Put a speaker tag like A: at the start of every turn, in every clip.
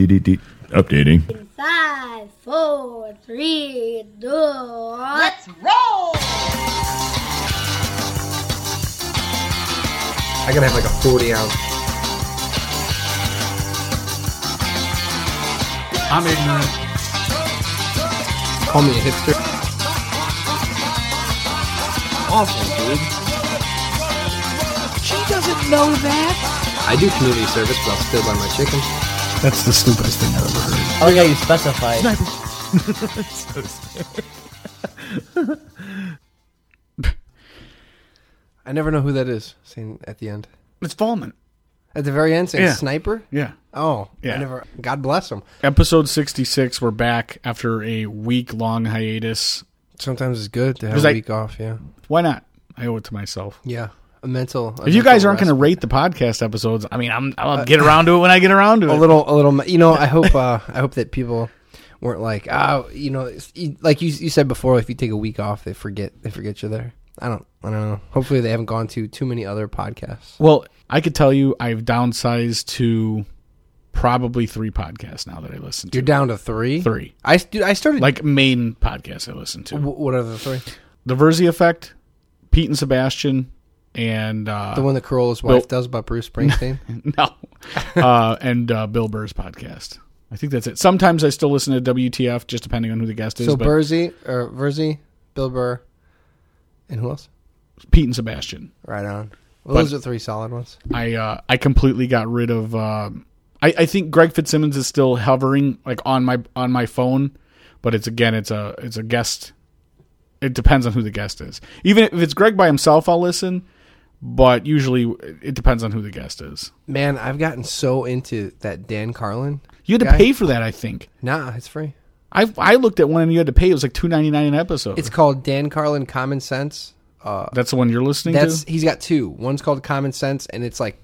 A: Updating.
B: Five, four, three, two, one.
C: Let's roll!
D: I gotta have like a 40 ounce.
E: I'm ignorant.
D: Call me a hipster. Awful, dude.
E: She doesn't know that.
D: I do community service, but I'll still buy my chicken.
F: That's the stupidest thing I've ever heard.
G: I like how Oh, you specified.
D: I never know who that is. Saying at the end,
E: It's Fallman.
D: at the very end, saying
E: Yeah.
D: sniper.
E: Yeah.
D: Oh,
E: Yeah.
D: I never. God bless him.
E: Episode 66, we're back after a week long hiatus.
D: Sometimes it's good to have
E: There's
D: a
E: like-
D: week off. Yeah,
E: Why not? I owe it to myself.
D: yeah. A mental.
E: If you guys aren't going to rate the podcast episodes, I mean, I'm, I'll get around to it when I get around to it.
D: Uh, a little, a little. You know, I hope. Uh, I hope that people weren't like, ah, you know, it's- you- like you you said before. If you take a week off, they forget. They forget you're there. I don't. I don't know. Hopefully, they haven't gone to too many other podcasts.
E: Well, I could tell you I've downsized to probably three podcasts now that I listen to.
D: You're down to three.
E: Three.
D: I s- dude, I started.
E: Like main podcasts I listen to.
D: wh- what are the three?
E: The Verzi Effect, Pete and Sebastian, and uh,
D: The one that Corolla's wife
E: Bill-
D: does about Bruce Springsteen.
E: no, uh, and uh, Bill Burr's podcast. I think that's it. Sometimes I still listen to WTF, just depending on who the guest is.
D: so
E: but
D: Burzy or Verzi, Bill Burr, and who else?
E: Pete and Sebastian.
D: Right on. Well,
E: But-
D: those are three solid ones.
E: I uh, I completely got rid of. um I, I think Greg Fitzsimmons is still hovering like on my on my phone, but it's again it's a it's a guest. It depends on who the guest is. Even if it's Greg by himself, I'll listen. But usually, it depends on who the guest is.
D: Man, I've gotten so into that Dan Carlin.
E: You had to
D: Guy?
E: pay for that, I think.
D: Nah, it's free.
E: I I looked at one and you had to pay. It was like two ninety nine an episode.
D: It's called Dan Carlin Common Sense. Uh,
E: that's the one you're listening
D: That's
E: to.
D: he's got two. One's called Common Sense, and it's like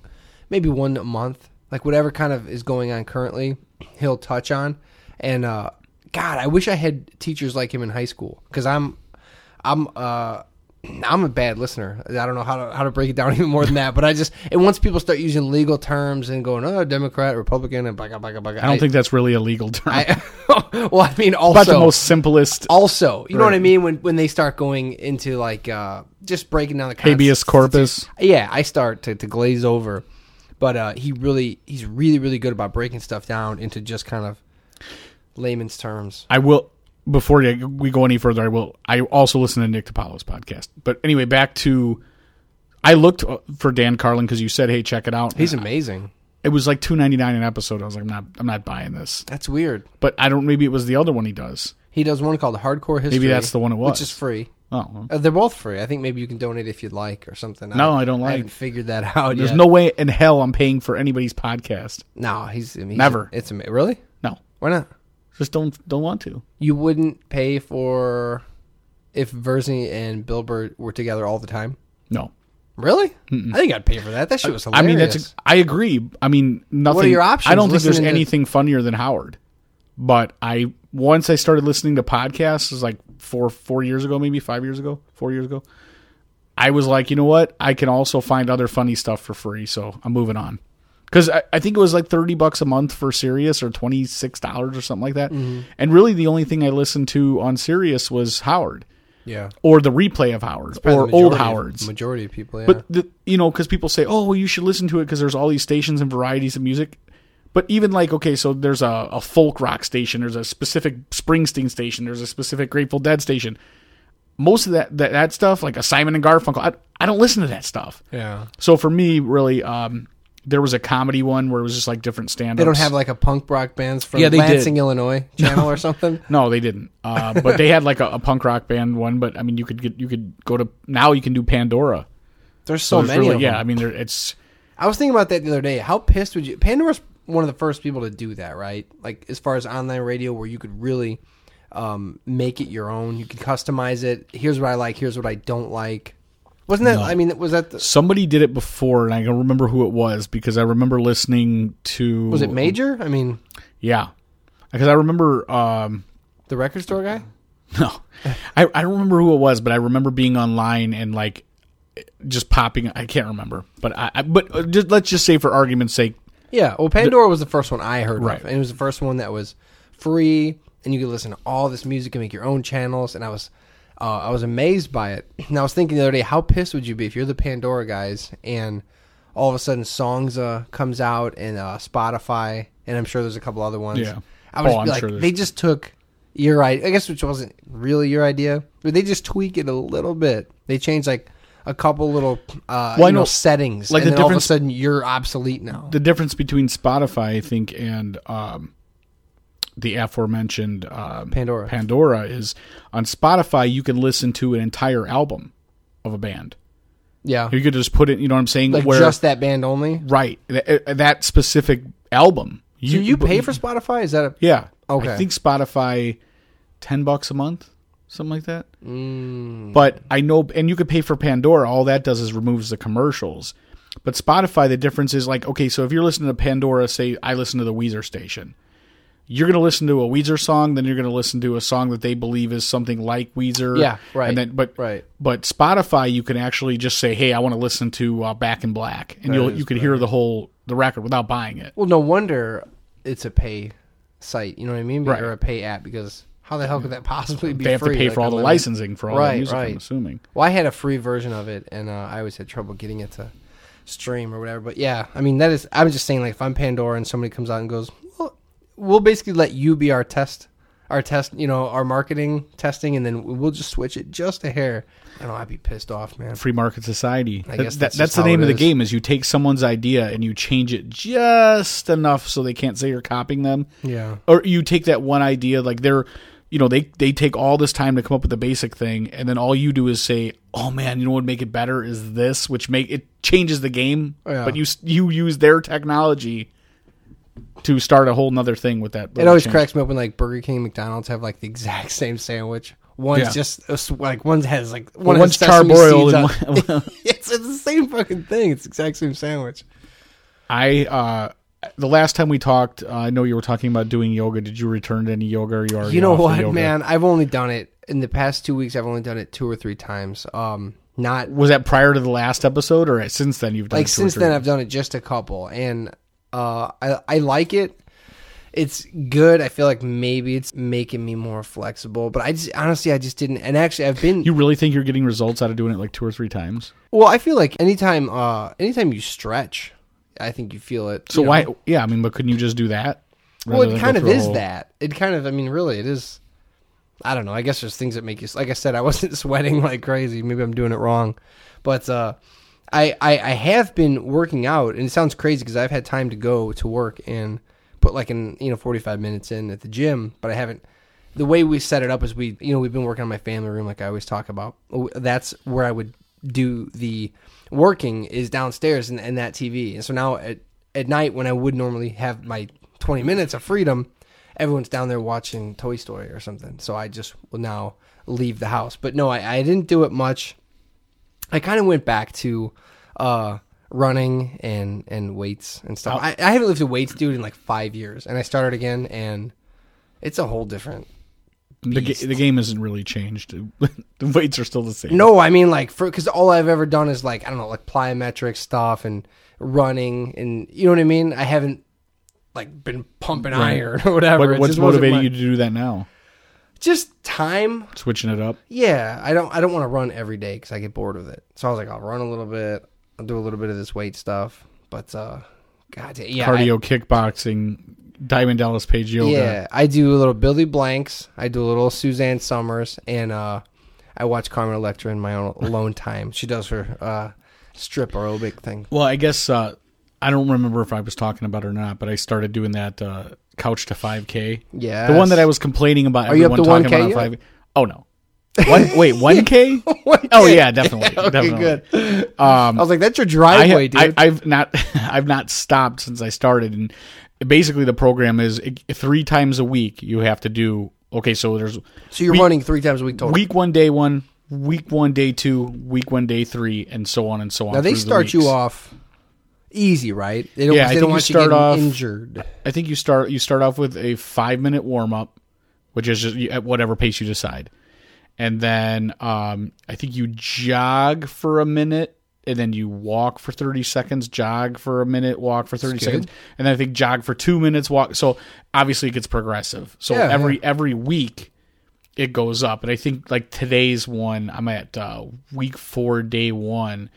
D: maybe one a month, like whatever kind of is going on currently, he'll touch on. And uh, God, I wish I had teachers like him in high school because I'm, I'm, uh, I'm a bad listener. I don't know how to how to break it down even more than that. But I just and once people start using legal terms and going, oh, Democrat, Republican, and blah blah blah blah.
E: I don't think that's really a legal term.
D: I, well, I mean, also
E: About the most simplest
D: also, you know what I
E: Right.
D: mean when when they start going into like uh, just breaking down the
E: habeas
D: concept-
E: corpus.
D: yeah, I start to, to glaze over. But uh, he really, he's really, really good about breaking stuff down into just kind of layman's terms.
E: I will before you- we go any further. I will. I also listen to Nick DiPaolo's podcast. But anyway, back to I looked uh, for Dan Carlin because you said, "Hey, check it out."
D: He's amazing.
E: it was like two ninety nine an episode. I was like, "I'm not. I'm not buying this."
D: That's weird.
E: But I don't. Maybe it was the other one he does.
D: He does one called Hardcore History.
E: that's the one it was.
D: which is free.
E: Oh, well.
D: Uh, they're both free. I think maybe you can donate if you'd like or something.
E: No, I don't
D: I
E: like.
D: haven't figured that out.
E: there's
D: yet.
E: no way in hell I'm paying for anybody's podcast.
D: No, he's, I mean, he's-
E: Never.
D: It's ama- really.
E: No,
D: Why not?
E: just don't don't want to.
D: You wouldn't pay for if Verzi and Bill Burr were together all the time.
E: No,
D: Really? I think I'd pay for that. That shit was
E: I
D: hilarious.
E: mean, that's. I agree. I mean, nothing.
D: your options?
E: I don't think there's
D: Listening to-
E: anything funnier than Howard. But I once I started listening to podcasts, it was like four four years ago, maybe five years ago, four years ago. I was like, you know what? I can also find other funny stuff for free, so I'm moving on. Because I, I think it was like thirty bucks a month for Sirius or twenty six dollars or something like that.
D: Mm-hmm.
E: And really, the only thing I listened to on Sirius was Howard
D: yeah.
E: or the replay of Howard
D: Probably
E: or
D: the
E: old
D: majority of-
E: Howard's.
D: Majority of people, yeah.
E: But the, you know, because people say, "Oh, well, you should listen to it because there's all these stations and varieties of music." But even like, okay, so there's a, a folk rock station, there's a specific Springsteen station, there's a specific Grateful Dead station. Most of that that, that stuff, like a Simon and Garfunkel, I, I don't listen to that stuff.
D: yeah.
E: So for me, really, um, there was a comedy one where it was just like different stand.
D: They don't have like a punk rock bands from
E: Yeah, they did.
D: Lansing, Illinois channel or something.
E: No, they didn't. Uh, but they had like a, a punk rock band one. But I mean, you could get you could go to now you can do Pandora.
D: There's so
E: There's
D: many
E: really-
D: of
E: yeah.
D: them.
E: I mean, there, it's
D: I was thinking about that the other day. How pissed would you? Pandora's one of the first people to do that, right? Like as far as online radio, where you could really um, make it your own. You could customize it. Here's what I like. Here's what I don't like. Wasn't that? I mean, was that? The,
E: somebody did it before and i can remember who it was because i remember listening to
D: was it Major? I mean,
E: yeah because i remember um
D: the record store guy.
E: no I, I don't remember who it was but i remember being online and uh, like just popping i can't remember but i, I but just let's just say for argument's sake
D: Yeah, well, Pandora was the first one I heard
E: Right.
D: of, and it was the first one that was free, and you could listen to all this music and make your own channels. And I was, uh, I was amazed by it. And I was thinking the other day, how pissed would you be if you're the Pandora guys, and all of a sudden Songs uh, comes out and uh, Spotify, and I'm sure there's a couple other ones.
E: Yeah.
D: I was
E: Oh, I'm
D: like,
E: sure there's-
D: they just took your idea, I guess which wasn't really your idea, but they just tweak it a little bit. They changed like. A couple little, uh,
E: Well, I
D: you know,
E: know-
D: settings,
E: like
D: and
E: the
D: then all of a
E: difference-
D: sudden you're obsolete now.
E: the difference between Spotify, I think, and um, the aforementioned um,
D: Pandora.
E: Pandora is on Spotify you can listen to an entire album of a band.
D: yeah,
E: You could just put it. You know what I'm saying?
D: like
E: Where
D: just that band only.
E: right that, that specific album.
D: Do you pay for Spotify? Is that a
E: Yeah.
D: Okay.
E: I think Spotify, ten bucks a month, something like that.
D: Mm.
E: But I know, and you could pay for Pandora. All that does is removes the commercials. But Spotify, the difference is like, okay, so if you're listening to Pandora, say I listen to the Weezer station, you're going to listen to a Weezer song, then you're going to listen to a song that they believe is something like Weezer.
D: Yeah, right,
E: And then, but
D: right.
E: but Spotify, you can actually just say, hey, I want to listen to uh, Back in Black, and you'll
D: is
E: you could hear the whole the record without buying it.
D: well? No wonder it's a pay site. You know what I mean?
E: Right.
D: Or a pay app because how the hell could that possibly be?
E: They have
D: free,
E: to pay
D: like,
E: for all the
D: unlimited?
E: licensing for all
D: Right,
E: the music.
D: right.
E: I'm assuming.
D: Well, I had a free version of it, and uh, I always had trouble getting it to stream or whatever. But yeah, I mean that is. I'm just saying, like, if I'm Pandora and somebody comes out and goes, well, we'll basically let you be our test. Our test, you know, our marketing testing, and then we'll just switch it just a hair. I don't know I'd be pissed off, man.
E: free market society.
D: I
E: That-
D: guess
E: that-
D: that's
E: that's,
D: just
E: the
D: how
E: name
D: it
E: of the
D: is.
E: game is you take someone's idea and you change it just enough so they can't say you're copying them.
D: Yeah.
E: Or you take that one idea like they're you know, they they take all this time to come up with the basic thing and then all you do is say, "Oh man, you know what would make it better is this," which make it changes the game,
D: Yeah.
E: but you s- you use their technology to start a whole nother thing with that.
D: It always
E: change.
D: cracks me up when like Burger King, and McDonald's have like the exact same sandwich. One's
E: Yeah.
D: just it's like one has like one
E: Well,
D: has
E: One's
D: sesame
E: charbroiled
D: seeds
E: and one,
D: on- it's, it's the same fucking thing. It's the exact same sandwich.
E: I uh the last time we talked, uh, I know you were talking about doing yoga. Did you return to any yoga? Or you already
D: You know
E: off the
D: what,
E: yoga?
D: man? I've only done it in the past two weeks. I've only done it two or three times. Um, not
E: Was that prior to the last episode, or since then you've done
D: like
E: two or
D: since
E: three?
D: then I've done it just a couple, and uh, I I like it. It's good. I feel like maybe it's making me more flexible, but I just honestly I just didn't. And actually, I've been
E: You really think you're getting results out of doing it like two or three times?
D: Well, I feel like anytime, uh, anytime you stretch, I think you feel it.
E: So
D: you
E: why?
D: know?
E: Yeah, I mean, but couldn't you just do that?
D: Well,
E: rather
D: it
E: than
D: kind
E: go
D: of
E: through a
D: is
E: whole-
D: that. It kind of. I mean, really, it is. I don't know. I guess there's things that make you. Like I said, I wasn't sweating like crazy. Maybe I'm doing it wrong, but uh, I, I I have been working out, and it sounds crazy because I've had time to go to work and put like an you know 45 minutes in at the gym, but I haven't. The way we set it up is we you know we've been working on my family room like I always talk about. Oh, That's where I would do the working is downstairs and, and that TV, and so now at at night when I would normally have my 20 minutes of freedom everyone's down there watching Toy Story or something. So I just will now leave the house. But no, I, I didn't do it much. I kind of went back to uh, running and, and weights and stuff. I, I haven't lifted weights, dude, in like five years. And I started again, and it's a whole different.
E: The, ga- the game isn't really changed. the weights are still the same.
D: No, I mean, like, because all I've ever done is like, I don't know, like plyometric stuff and running, and you know what I mean? I haven't like been pumping iron or whatever.
E: What-
D: It
E: what's
D: just wasn't
E: motivating
D: my-
E: you to do that now?
D: Just time.
E: Switching it up.
D: Yeah, I don't. I don't want to run every day because I get bored with it. So I was like, I'll run a little bit. I'll do a little bit of this weight stuff. But uh, God, da- yeah, I-
E: Cardio, kickboxing, Diamond Dallas Page yoga.
D: yeah, I do a little Billy Blanks. I do a little Suzanne Summers, and uh, I watch Carmen Electra in my own alone time. She does her uh, strip aerobic thing.
E: Well, I guess uh, I don't remember if I was talking about it or not, but I started doing that uh, couch to 5K.
D: Yes.
E: The one that I was complaining about. Are
D: you up
E: everyone
D: to
E: talking
D: 1K
E: about on
D: yet?
E: 5 Oh, no. One, wait, 1K? Oh, yeah, definitely. definitely.
D: good. Um, I was like, that's your driveway,
E: I,
D: dude.
E: I, have not I've not stopped since I started, and basically the program is eh, three times a week you have to do. Okay, so there's
D: so you're
E: week-
D: running three times a week total.
E: week one, day one, week one, day two, week one, day three, and so on and so on.
D: now they
E: through the
D: start you
E: weeks.
D: off easy, right? They don't,
E: Yeah, I
D: they
E: think
D: don't
E: you
D: want you,
E: start
D: getting
E: off-
D: injured.
E: I think you start you start off with a five minute warm up, which is just you- at whatever pace you decide, and then um, I think you jog for a minute, and then you walk for 30 seconds, jog for a minute, walk for 30
D: That's good.
E: seconds, and then I think jog for 2 minutes, walk. So obviously it gets progressive. So
D: Yeah,
E: every every week it goes up. And I think like today's one, I'm at uh, week 4 day 1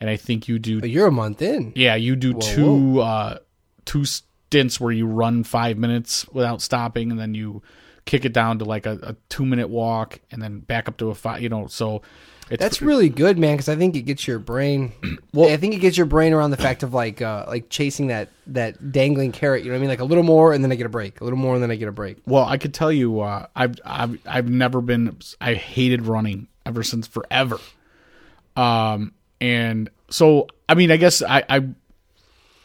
E: and I think you do
D: But you're a month in.
E: yeah, you do two Uh, two stints where you run five minutes without stopping, and then you kick it down to like a, a two minute walk, and then back up to a five. You know, so it's
D: That's really good, man, because I think it gets your brain. I think it gets your brain around the fact of like, uh, like chasing that that dangling carrot. You know what I mean? Like a little more, and then I get a break. A little more, and then I get a break.
E: well. I could tell you, uh, I've I've I've never been. I hated running ever since forever. Um, and so I mean, I guess I. I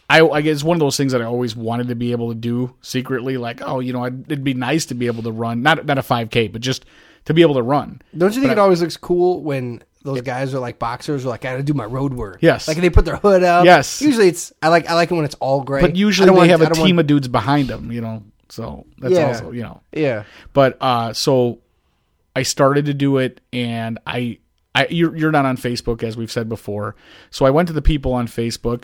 E: I, I guess it's one of those things that I always wanted to be able to do secretly. Like, oh, you know, I'd, it'd be nice to be able to run, not not a 5K, but just to be able to run.
D: Don't you think it always looks cool when those guys are like boxers are like, I gotta do my road work.
E: Yes.
D: Like they put their hood up.
E: Yes.
D: Usually it's I like I like it when it's all gray.
E: But
D: I
E: usually
D: don't
E: they
D: want-
E: have
D: I
E: a
D: don't
E: team
D: want-
E: of dudes behind them, you know. So that's
D: Yeah.
E: also you know.
D: Yeah.
E: But uh, so I started to do it, and I, I you're you're not on Facebook as we've said before. So I went to the people on Facebook,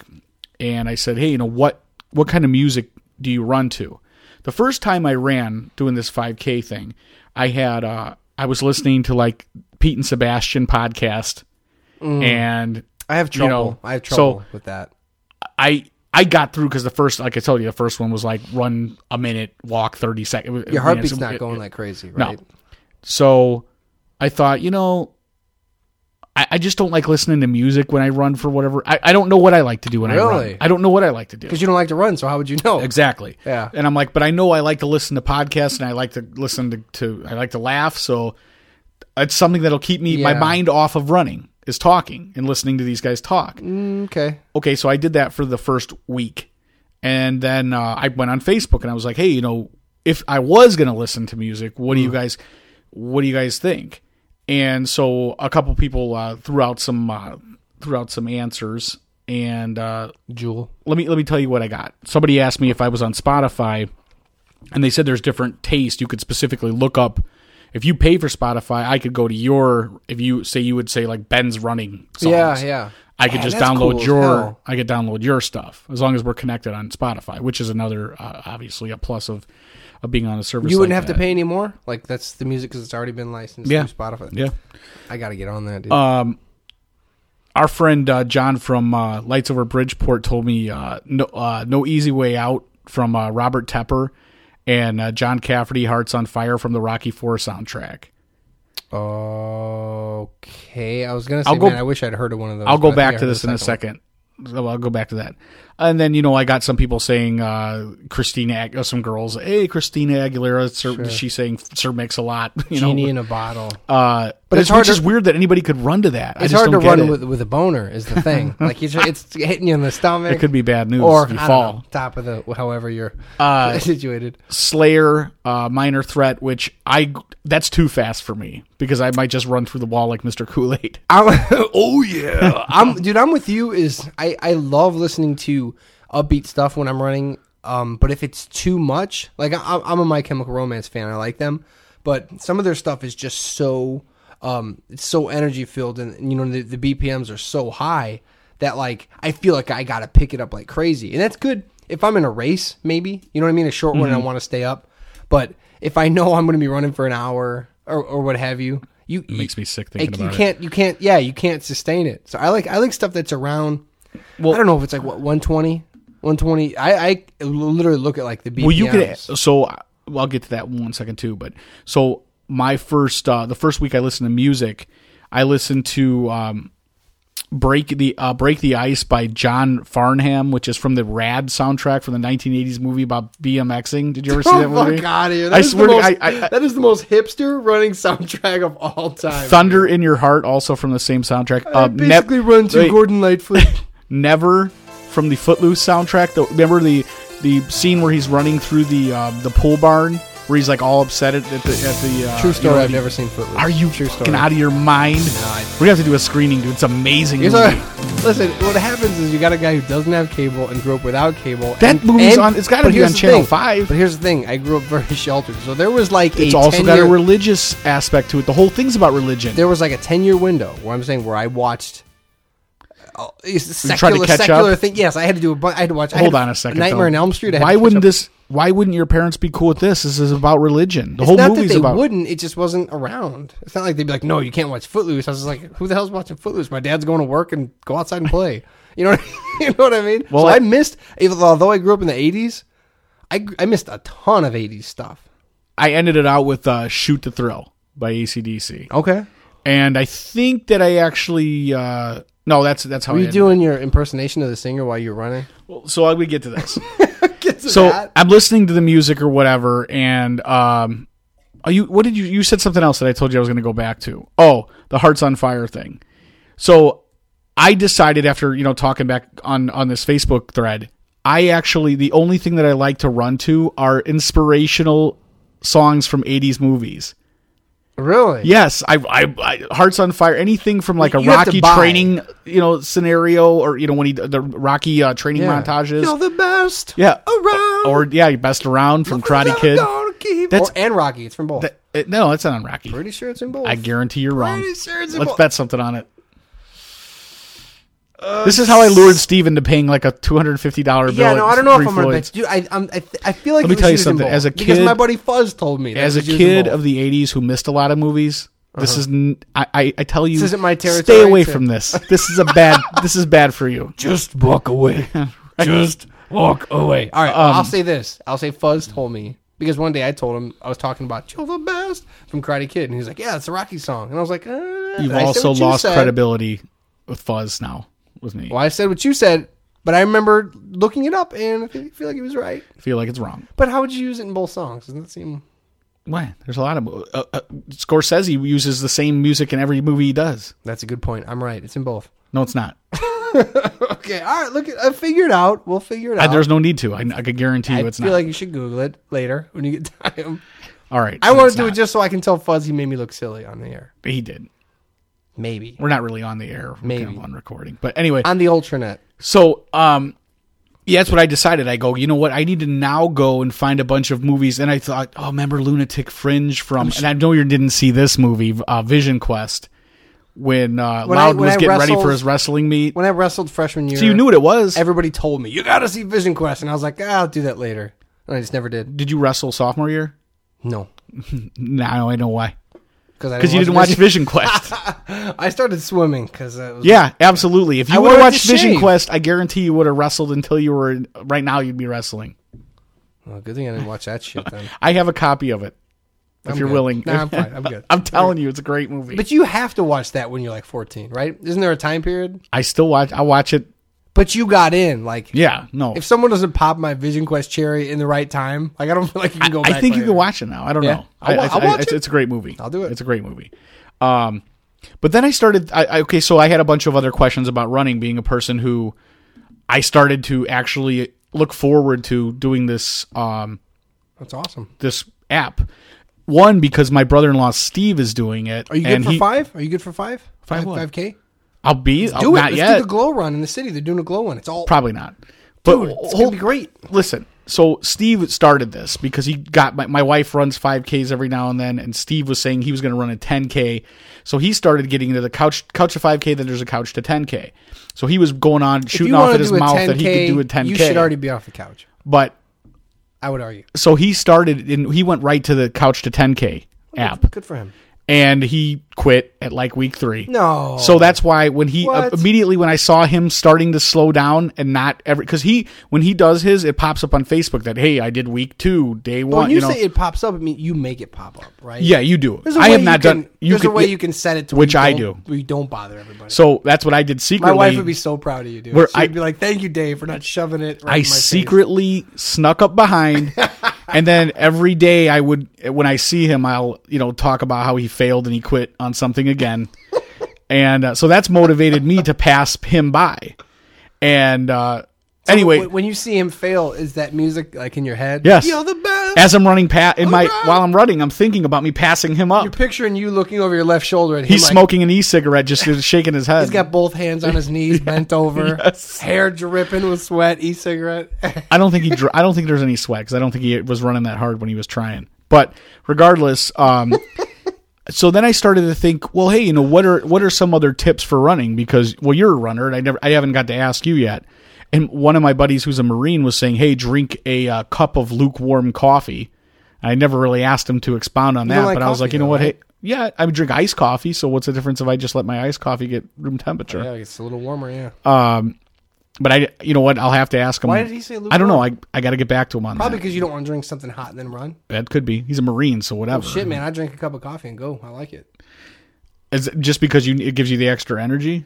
E: and I said, hey, you know what what kind of music do you run to? The first time I ran doing this 5K thing, I had uh, I was listening to like Pete and Sebastian podcast,
D: Mm.
E: and
D: I have
E: you
D: trouble.
E: know,
D: I have
E: so-
D: trouble with that.
E: I I got through because the first, like I told you, the first one was like run a minute, walk thirty seconds.
D: Your heartbeat's not going like crazy,
E: No.
D: right?
E: So I thought, you know, I, I just don't like listening to music when I run for whatever. I, I don't know what I like to do when I run.
D: Really?
E: I don't know what I like to do.
D: Because you don't like to run, so how would you know?
E: Exactly.
D: Yeah.
E: And I'm like, but I know I like to listen to podcasts and I like to listen to, to I like to laugh. So it's something that'll keep me my
D: Yeah.
E: mind off of running is talking and listening to these guys talk
D: Mm, Okay.
E: okay, so I did that for the first week. And then uh, I went on Facebook and I was like, hey, you know, if I was going to listen to music, what do you guys, what do you guys think? And so a couple people uh, threw out some, uh, threw out some answers. And uh,
D: Jewel.
E: let me let me tell you what I got. Somebody asked me if I was on Spotify, and they said there's different taste. You could specifically look up. If you pay for Spotify, I could go to your. If you say you would say like Ben's running songs,
D: Yeah, yeah.
E: I could
D: Man,
E: just
D: that's
E: download
D: cool as
E: your
D: hell.
E: I could download your stuff as long as we're connected on Spotify, which is another uh, obviously a plus of of being on a service.
D: You wouldn't
E: like
D: have to
E: that.
D: pay any more? Like that's the music because it's already been licensed
E: Yeah.
D: through Spotify.
E: Yeah, Uh,
D: I gotta get on that, dude.
E: our friend uh, John from uh, Lights Over Bridgeport told me uh, no uh, no easy way out from uh, Robert Tepper and uh, John Cafferty Hearts on Fire from the Rocky Four soundtrack.
D: okay. I was gonna say,
E: I'll go-
D: man, I wish I'd heard of one of those.
E: I'll go
D: but I think I
E: back to
D: heard
E: this
D: the
E: in a
D: second
E: second. So I'll go back to that, and then you know I got some people saying uh, Christina, Ag- uh, some girls, hey Christina Aguilera, Sir, she's saying Sir Mix a lot, you
D: one. Genie
E: know.
D: in a bottle.
E: Uh, but
D: it's
E: it's,
D: hard
E: which is
D: to-
E: weird that anybody could run to that. I
D: It's
E: just
D: hard to
E: don't get
D: run
E: it.
D: with with a boner is the thing. like it's, it's hitting you in the stomach.
E: It could be bad news.
D: or
E: if you
D: I don't
E: fall.
D: know, top of the however you're
E: Uh,
D: situated.
E: Slayer, uh, Minor Threat, which I that's too fast for me because I might just run through the wall like Mr. Kool Aid.
D: I'm, oh yeah, I'm dude. I'm with you. Is I I love listening to upbeat stuff when I'm running. Um, but if it's too much, like I, I'm a My Chemical Romance fan, I like them, but some of their stuff is just so um it's so energy filled, and you know the, the BPMs are so high that like I feel like I gotta pick it up like crazy, and that's good if I'm in a race, maybe you know what I mean, a short one, and I
E: Mm-hmm.
D: want to stay up. But if I know I'm going to be running for an hour or or what have you. You, it
E: makes me sick thinking
D: you
E: about it.
D: can't you can't yeah you can't sustain it so i like i like stuff that's around well i don't know if it's like what 120 120 i i literally look at like the BPMs.
E: Well, you could. So uh, well, I'll get to that in one second too. But so my first, uh, the first week I listened to music, I listened to um, break the uh, break the ice by John Farnham, which is from the Rad soundtrack from the 1980s movie about BMXing. Did you ever see that
D: Oh
E: movie?
D: my god! Here,
E: I
D: that is the
E: swear, to-
D: most-
E: I, I,
D: that is the most hipster running soundtrack of all time.
E: Thunder in Your Heart, also from the same soundtrack.
D: I
E: Uh, Nep-
D: basically run to
E: wait, Uh,
D: Gordon Lightfoot.
E: Never from the Footloose soundtrack. The, remember the the scene where he's running through the uh, the pool barn where he's like all upset at, at the at the uh,
D: True story.
E: you know,
D: I've
E: the-
D: never seen Footloose.
E: Are you
D: True
E: fucking out of your mind?
D: I-
E: We're gonna have to do a screening, dude. It's amazing.
D: Here's
E: movie.
D: our, listen, what happens is you got a guy who doesn't have cable and grew up without cable.
E: That
D: and,
E: movie's
D: and-
E: on- it's gotta
D: but
E: be
D: here's
E: on
D: the
E: Channel
D: thing.
E: 5.
D: But here's the thing: I grew up very sheltered, so there was like
E: It's
D: a
E: also got a
D: 10-year
E: religious aspect to it. The whole thing's about religion.
D: there was like a 10 year window where I'm saying where I watched oh, it's the
E: You tried to
D: secular,
E: catch up?
D: secular thing. Yes, I had to do a bu- I had to watch. I
E: Hold
D: had
E: on a second.
D: Nightmare on
E: though.
D: Elm Street. I had
E: Why
D: to catch
E: wouldn't
D: up.
E: this? Why wouldn't your parents be cool with this? This is about religion. The
D: It's
E: whole
D: not
E: movie's
D: that they
E: about.
D: wouldn't. It just wasn't around. It's not like they'd be like, "No, you can't watch Footloose." I was just like, "Who the hell's watching Footloose?" My dad's going to work and go outside and play. You know, what I, you know what I mean? Well,
E: Well,
D: so I,
E: I-
D: missed. even though- Although I grew up in the '80s, I gr- I missed a ton of '80s stuff.
E: I ended it out with uh, "Shoot the Thrill" by ACDC,
D: Okay,
E: and I think that I actually. Uh, no, that's that's how
D: were
E: I
D: you
E: ended
D: doing your impersonation of the singer while you were running?
E: Well, so I would get to this. so I'm listening to the music or whatever, and um, are you? What did you? You said something else that I told you I was going to go back to. Oh, the Hearts on Fire thing. So I decided after you know talking back on on this Facebook thread, I actually the only thing that I like to run to are inspirational songs from 80s movies.
D: Really?
E: Yes, I, I, I Hearts on Fire, anything from like a
D: You have to
E: Rocky
D: buy.
E: training, you know, scenario, or you know when he the Rocky uh, training montages.
D: You're the best.
E: Yeah.
D: Around.
E: Or yeah, best around from Karate Kid.
D: That's
E: That's-
D: Oh, and Rocky. It's from both.
E: Uh, No, that's not on Rocky.
D: Pretty sure it's in both.
E: I guarantee you're wrong.
D: Pretty sure it's in
E: Let's
D: both.
E: bet something on it. this is how I lured Steve into paying like a two hundred fifty dollar bill.
D: Uh, Yeah, no,
E: at
D: I don't know if
E: Three
D: I'm gonna
E: Floyds.
D: bet. Dude, I, I'm, I, th- I feel like
E: Let me
D: it was
E: tell you
D: used in
E: something.
D: both.
E: As a
D: because my
E: kid-
D: buddy Fuzz told me that
E: As
D: it
E: a
D: was used in
E: kid
D: both.
E: of the '80s who missed a lot of movies, this is n- I, I, I tell you,
D: Uh-huh. isn't my territory
E: Stay away
D: to-
E: from this. This is a bad. this is bad for you.
F: Just walk away. Just walk away.
D: All right,
E: um,
D: I'll say this. I'll say Fuzz told me because one day I told him I was talking about "You're the Best" from Karate Kid, and he's like, "Yeah, it's a Rocky song," and I was like, uh,
E: You've
D: I said
E: also
D: what you
E: lost
D: said.
E: credibility with Fuzz now with me.
D: Well, I said what you said, but I remember looking it up, and I think- feel like he was right.
E: I feel like it's wrong.
D: But how would you use it in both songs? Doesn't that seem?
E: Why? There's a lot of uh, uh, Scorsese uses the same music in every movie he does.
D: That's a good point. I'm right. It's in both.
E: No, it's not.
D: Okay. All right. Look, at, I figured out. We'll figure it
E: I-
D: out.
E: there's no need to. I, I could guarantee you
D: I
E: it's
D: feel
E: not.
D: like you should Google it later when you get time.
E: All right.
D: I
E: so
D: want
E: it's
D: to do it
E: not.
D: just so I can tell Fuzz he made me look silly on the air.
E: He did.
D: Maybe
E: We're not really on the air. We're
D: Maybe.
E: kind of on recording. But anyway,
D: on the Ultranet.
E: so um, yeah, that's what I decided. I go. You know what? I need to now go and find a bunch of movies. And I thought, oh, remember Lunatic Fringe from? And I know you didn't see this movie, uh, Vision Quest, when, uh,
D: When I-
E: Loud
D: when
E: was
D: I
E: getting ready for
D: wrestled-
E: his wrestling meet.
D: When I wrestled freshman year,
E: so you knew what it was.
D: everybody told me you got to see Vision Quest, and I was like, ah, I'll do that later, and I just never did.
E: did you wrestle sophomore year?
D: No,
E: Now I know why.
D: because I
E: Because you didn't watch Vision Quest.
D: I started swimming because was
E: yeah, absolutely. If
D: I
E: you would have
D: wanted
E: watched
D: to
E: Vision
D: shave.
E: Quest, I guarantee you would have wrestled until you were right now. You'd be wrestling.
D: Well, good thing I didn't watch that shit then.
E: I have a copy of it. If
D: I'm
E: you're
D: good.
E: willing,
D: Nah, I'm fine. I'm good.
E: I'm telling you, it's a great movie.
D: But you have to watch that when you're like 14, right? Isn't there a time period?
E: I still watch. I watch it.
D: But you got in, like,
E: Yeah, no.
D: if someone doesn't pop my Vision Quest cherry in the right time, like I don't feel like you can go.
E: I
D: back
E: think you
D: later.
E: can watch it now. I don't
D: Yeah.
E: know.
D: I'll
E: I,
D: wa-
E: I,
D: I'll
E: I-
D: watch
E: it's,
D: it.
E: it's a great movie.
D: I'll do it.
E: It's a great movie. Um, but then I started. I, I, okay, so I had a bunch of other questions about running. Being a person who, I started to actually look forward to doing this. Um,
D: That's awesome.
E: this app. One because my brother-in-law Steve is doing it.
D: Are you good
E: and
D: for
E: he-
D: five? Are you good for five?
E: Five what?
D: five k.
E: I'll be. I'll-
D: Do it.
E: Not
D: Let's
E: yet.
D: do the glow run in the city. They're doing a glow one. It's all
E: Probably not. But
D: Dude, it's gonna
E: hold-
D: be great.
E: Listen. So Steve started this because he got my, my wife runs 5Ks every now and then and Steve was saying he was going to run a 10K. So he started getting into the couch couch to 5K then there's a couch to 10K. So he was going on
D: If
E: shooting
D: you
E: off
D: wanna
E: at his
D: do a
E: mouth that he could do a 10K.
D: You should already be off the couch.
E: but
D: I would argue.
E: so he started and he went right to the couch to 10K app
D: Good for him.
E: and he quit at like week 3.
D: No.
E: So that's why when he uh,
D: What?
E: immediately when I saw him starting to slow down and not every because he when he does his it pops up on Facebook that hey I did week two day one
D: when you,
E: you know
D: say it pops up, I mean you make it pop up, right?
E: yeah you do
D: There's
E: it.
D: a
E: I
D: way
E: have
D: you
E: not
D: can-
E: done you
D: there's
E: can,
D: a way you can set it to
E: which I
D: don't- where you don't bother everybody.
E: so that's what I did
D: my
E: secretly.
D: wife would be so proud of you, dude.
E: Where
D: She'd
E: I-
D: be like, "Thank you, Dave, for not shoving it." Right
E: I
D: in my face."
E: secretly snuck up behind, and then every day I would, when I see him, I'll you know talk about how he failed and he quit on something again, and uh, so that's motivated me to pass him by, and uh, anyway,
D: Wh- when you see him fail, is that music like in your head?
E: Yes.
D: You're the best.
E: as I'm running past in my
D: Alright.
E: while I'm running, I'm thinking about me passing him
D: Oh, You're
E: up.
D: picturing you looking over your left shoulder and him,
E: He's
D: like,
E: smoking an e-cigarette, just shaking his head.
D: He's got both hands on his knees, bent over,
E: Yes.
D: hair dripping with sweat, e-cigarette.
E: I don't think he. Dr- I don't think there's any sweat because I don't think he was running that hard when he was trying. But regardless, um, so then I started to think, well, hey, you know, what are what are some other tips for running? Because well, you're a runner, and I never, I haven't got to ask you yet. And one of my buddies who's a marine was saying, hey, drink a uh, cup of lukewarm coffee. I never really asked him to expound on that,
D: like
E: but I was
D: coffee,
E: like, you know
D: though,
E: what,
D: right?
E: hey, yeah, I would drink iced coffee. So what's the difference if I just let my iced coffee get room temperature?
D: Yeah, it's a little warmer. Yeah,
E: But I, you know what, I'll have to ask him.
D: Why did he say
E: I don't know. I I got to get back to him on
D: probably
E: that.
D: because you don't want to drink something hot and then run.
E: That could be. He's a marine, so whatever.
D: Oh, Shit, man, I drink a cup of coffee and go. I like it.
E: Is it just because you it gives you the extra energy.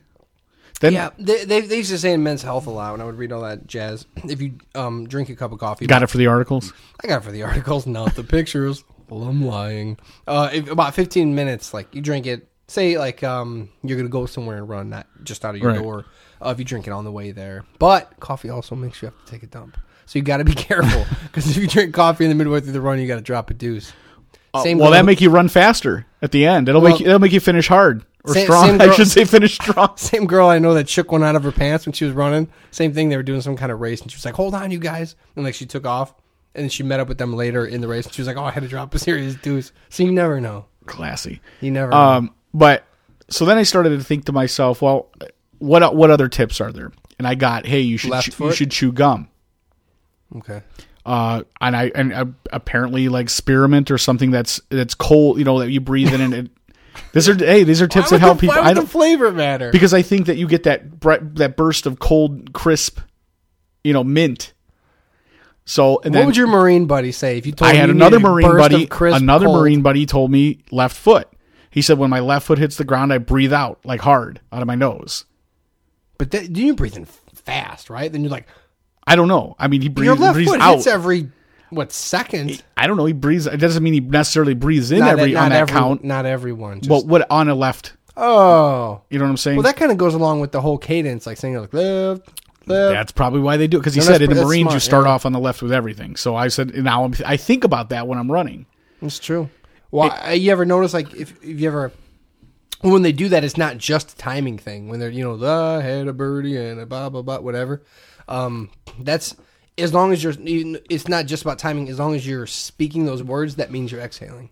E: Then
D: Yeah, they, they, they used to say in Men's Health a lot when I would read all that jazz. If you um, drink a cup of coffee,
E: got it for the articles.
D: I got it for the articles, not the pictures. Well, I'm lying. Uh, if, about 15 minutes, like you drink it. Say like um, you're gonna go somewhere and run, not just out of your
E: Right.
D: door. Uh, if you drink it on the way there, but coffee also makes you have to take a dump, so you got to be careful because if you drink coffee in the midway through the run, you got to drop a deuce. Same
E: Uh, well,
D: goes-
E: that make you run faster at the end. It'll
D: Well-
E: make you, it'll make you finish hard or
D: Same-
E: strong.
D: same
E: I
D: girl-
E: should say finish strong.
D: Same girl I know that shook one out of her pants when she was running. Same thing. They were doing some kind of race, and she was like, "Hold on, you guys!" And like she took off, and then she met up with them later in the race, and she was like, "Oh, I had to drop a serious deuce." So you never know.
E: Classy.
D: You never. know.
E: Um, but so then I started to think to myself, well, what what other tips are there? And I got, hey, you should
D: Left
E: chew- you
D: foot?
E: should chew gum.
D: Okay.
E: Uh, and I and uh, apparently like spearmint or something that's that's cold, you know, that you breathe in and it. These are hey, these are tips that help people.
D: Why
E: I
D: would the
E: don't
D: flavor matter?
E: because I think that you get that br- that burst of cold, crisp, you know, mint. So
D: what
E: and then
D: would your Marine buddy say if you told
E: I
D: him
E: had
D: you
E: another
D: needed a
E: Marine
D: burst of
E: buddy.
D: crisp
E: another
D: cold?
E: Marine buddy told me left foot. He said when my left foot hits the ground, I breathe out like hard out of my nose.
D: But that, you breathe in f- fast, right? Then you're like,
E: I don't know. I mean, he breathes,
D: your left
E: breathes
D: foot
E: out.
D: hits every what second?
E: I don't know. He breathes. It doesn't mean he necessarily breathes in every on that
D: every-
E: count.
D: Not everyone. Just,
E: But what on a left?
D: oh,
E: You know what I'm saying?
D: well, that kind of goes along with the whole cadence, like saying like left, left.
E: that's probably why they do it because he
D: No,
E: said
D: that's
E: in the
D: pr- that's
E: Marines you
D: smart,
E: start
D: yeah.
E: off on the left with everything. So I said and now I'm, I think about that when I'm running.
D: It's true. Well, I uh, you ever notice like if, if you ever when they do that, it's not just a timing thing. When they're you know the head a birdie and a blah blah blah whatever. Um, that's as long as you're. you- It's not just about timing. As long as you're speaking those words, that means you're exhaling.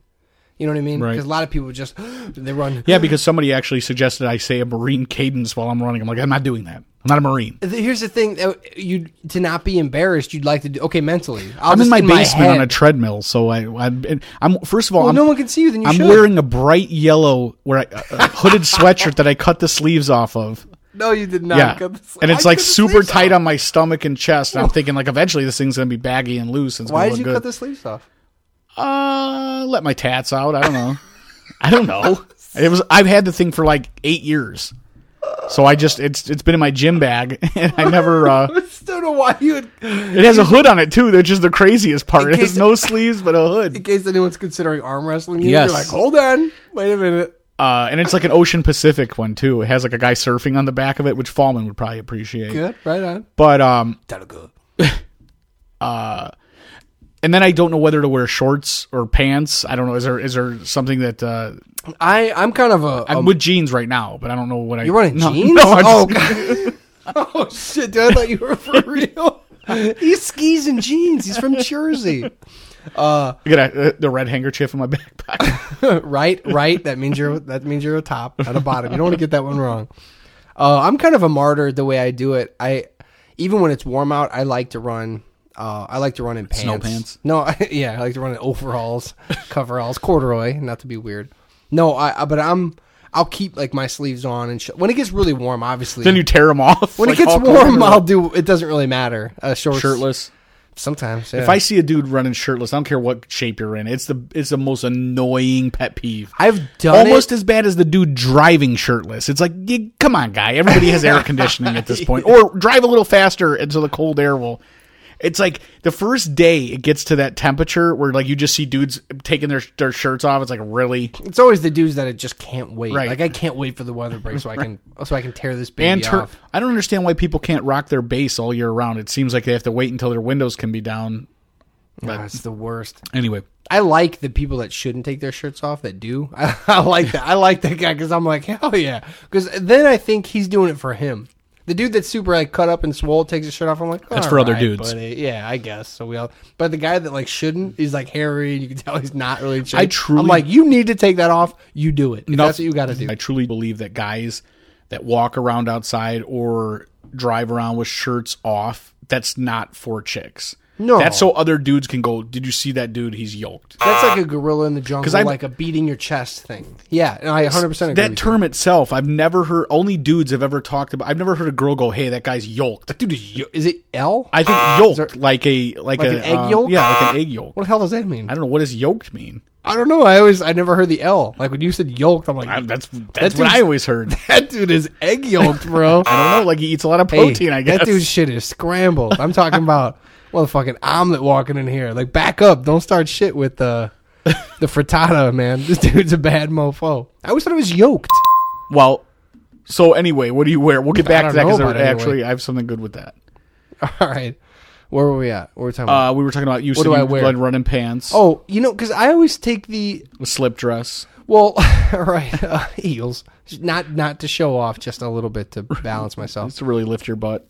D: You know what I mean?
E: Right.
D: Because a lot of people just they run.
E: Yeah, because somebody actually suggested I say a Marine cadence while I'm running. I'm like, I'm not doing that. I'm not a Marine.
D: Here's the thing: you to not be embarrassed, you'd like to do okay mentally. i
E: I'm in my basement on a treadmill, so I, I I'm first of all,
D: Well,
E: I'm,
D: Oh, no one can see you. Then you
E: I'm
D: should.
E: wearing a bright yellow where I, a hooded sweatshirt that I cut the sleeves off of.
D: no, you did not.
E: Yeah,
D: Cut the-
E: and it's
D: I
E: like
D: cut the
E: super
D: sleeves
E: tight
D: off.
E: on my stomach and chest. And I'm thinking like eventually this thing's gonna be baggy and loose. And it's
D: Why
E: gonna
D: did you
E: look
D: cut
E: good.
D: the sleeves off?
E: Uh, let my tats out. I don't know. I don't know. It was I've had the thing for like eight years, so I just it's it's been in my gym bag, and I never. uh
D: I still don't know why you would.
E: It has a hood on it too. That's just the craziest part. It has
D: case-
E: no sleeves but a
D: In
E: hood.
D: case anyone's considering arm wrestling you,
E: Yes.
D: you're like, hold on, wait a minute.
E: Uh, and it's like an Ocean Pacific one too. It has like a guy surfing on the back of it, which Fallman would probably appreciate.
D: Good, right on.
E: But um,
D: That'll go.
E: and then I don't know whether to wear shorts or pants. I don't know. Is there is there something that uh,
D: I I'm kind of a.
E: I'm with jeans right now, but I don't know what I.
D: you're running
E: no,
D: jeans?
E: No, I'm
D: oh
E: just-
D: god. oh shit, dude! I thought you were for real. he skis in jeans. He's from Jersey.
E: I got a, uh, the red handkerchief in my back pocket.
D: right, right. That means you're that means you're a top, not a bottom. You don't want to get that one wrong. Uh, I'm kind of a martyr the way I do it. I even when it's warm out, I like to run. Uh, I like to run in pants.
E: Snow pants?
D: No, I, yeah, I like to run in overalls, coveralls, corduroy. Not to be weird. No, I. I- But I'm. I'll keep like my sleeves on and sh- when it gets really warm, obviously.
E: then you tear them off
D: when
E: like,
D: it gets
E: all covered
D: warm,
E: in
D: I'll do. It doesn't really matter. Uh, shorts,
E: shirtless.
D: Sometimes yeah.
E: If I see a dude running shirtless, I don't care what shape you're in. It's the it's the most annoying pet peeve.
D: I've done
E: almost
D: it.
E: as bad as the dude driving shirtless. It's like, you, come on, guy. Everybody has air conditioning at this point, or drive a little faster until the cold air will. It's like the first day it gets to that temperature where like you just see dudes taking their their shirts off. It's like really
D: It's always the dudes that I just can't wait.
E: Right.
D: Like I can't wait for the weather break so I can so I can tear this baby
E: and tur-
D: off.
E: I don't understand why people can't rock their base all year round. It seems like they have to wait until their windows can be down.
D: God, it's the worst.
E: Anyway,
D: I like the people that shouldn't take their shirts off that do. I, like that. I like that guy because I'm like hell yeah. Because then I think he's doing it for him. The dude that's super like cut up and swole takes his shirt off. I'm like,
E: That's
D: "All
E: for other
D: right,
E: dudes."
D: buddy." Yeah, I guess. So we all. But the guy that like shouldn't, he's like hairy, and you can tell he's not really. in shape.
E: truly-
D: I'm like, you need to take that off. You do it. If
E: Enough-
D: that's what you got to do.
E: I truly believe that guys that walk around outside or drive around with shirts off, that's not for chicks.
D: No.
E: That's so other dudes can go, Did you see that dude? He's yoked.
D: That's like a gorilla in the jungle,
E: I've-
D: like a beating your chest thing. Yeah, and I 100 percent agree.
E: That
D: with
E: term itself, I've never heard only dudes have ever talked about I've never heard a girl go, Hey, that guy's yoked.
D: you. dude is, yo- is it L?
E: I think yolked like a like,
D: Ah, Like
E: a,
D: an egg
E: um,
D: yolk?
E: Yeah, like an egg yolk.
D: what the hell does that mean?
E: I don't know what does yoked mean.
D: I don't know. I always I never heard the L. Like when you said yolked, I'm like
E: I, that's that's
D: That
E: what I
D: dude's-
E: always heard.
D: that dude is egg yolked, bro.
E: I don't know. Like he eats a lot of
D: Hey,
E: protein. I guess
D: that dude's shit is scrambled. I'm talking about motherfucking omelet walking in here. Like back up. Don't start shit with the the frittata, man. This dude's a bad mofo. I always thought it was yoked.
E: Well, so anyway, what do you wear? We'll get back
D: I
E: to that
D: don't
E: because
D: know about it
E: actually,
D: anyway.
E: I have something good with that.
D: All right, where were we at? What were we talking about?
E: Uh, we were talking about you. What
D: do I wear?
E: Running pants. Oh,
D: oh, you know, because I always take the
E: slip dress.
D: Well, right, uh, heels. Not not to show off, just a little bit to balance myself.
E: It's to really lift your butt.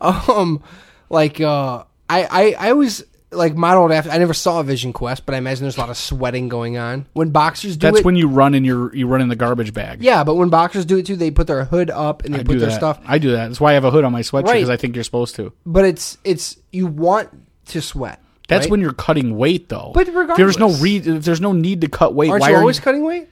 D: Um, like uh, I I I was like modeled after. I never saw Vision Quest, but I imagine there's a lot of sweating going on when boxers do
E: That's
D: it.
E: when you run in your you run in the garbage bag.
D: yeah, but when boxers do it too, they put their hood up and they
E: I
D: put
E: do
D: their
E: that.
D: stuff.
E: I do that. That's why I have a hood on my sweatshirt
D: Right.
E: because I think you're supposed to.
D: But it's it's you want to sweat.
E: That's
D: right?
E: when you're cutting weight, though.
D: But
E: If there's no
D: regardless-
E: re- if there's no need to cut weight.
D: aren't
E: why
D: you
E: are
D: always cutting weight?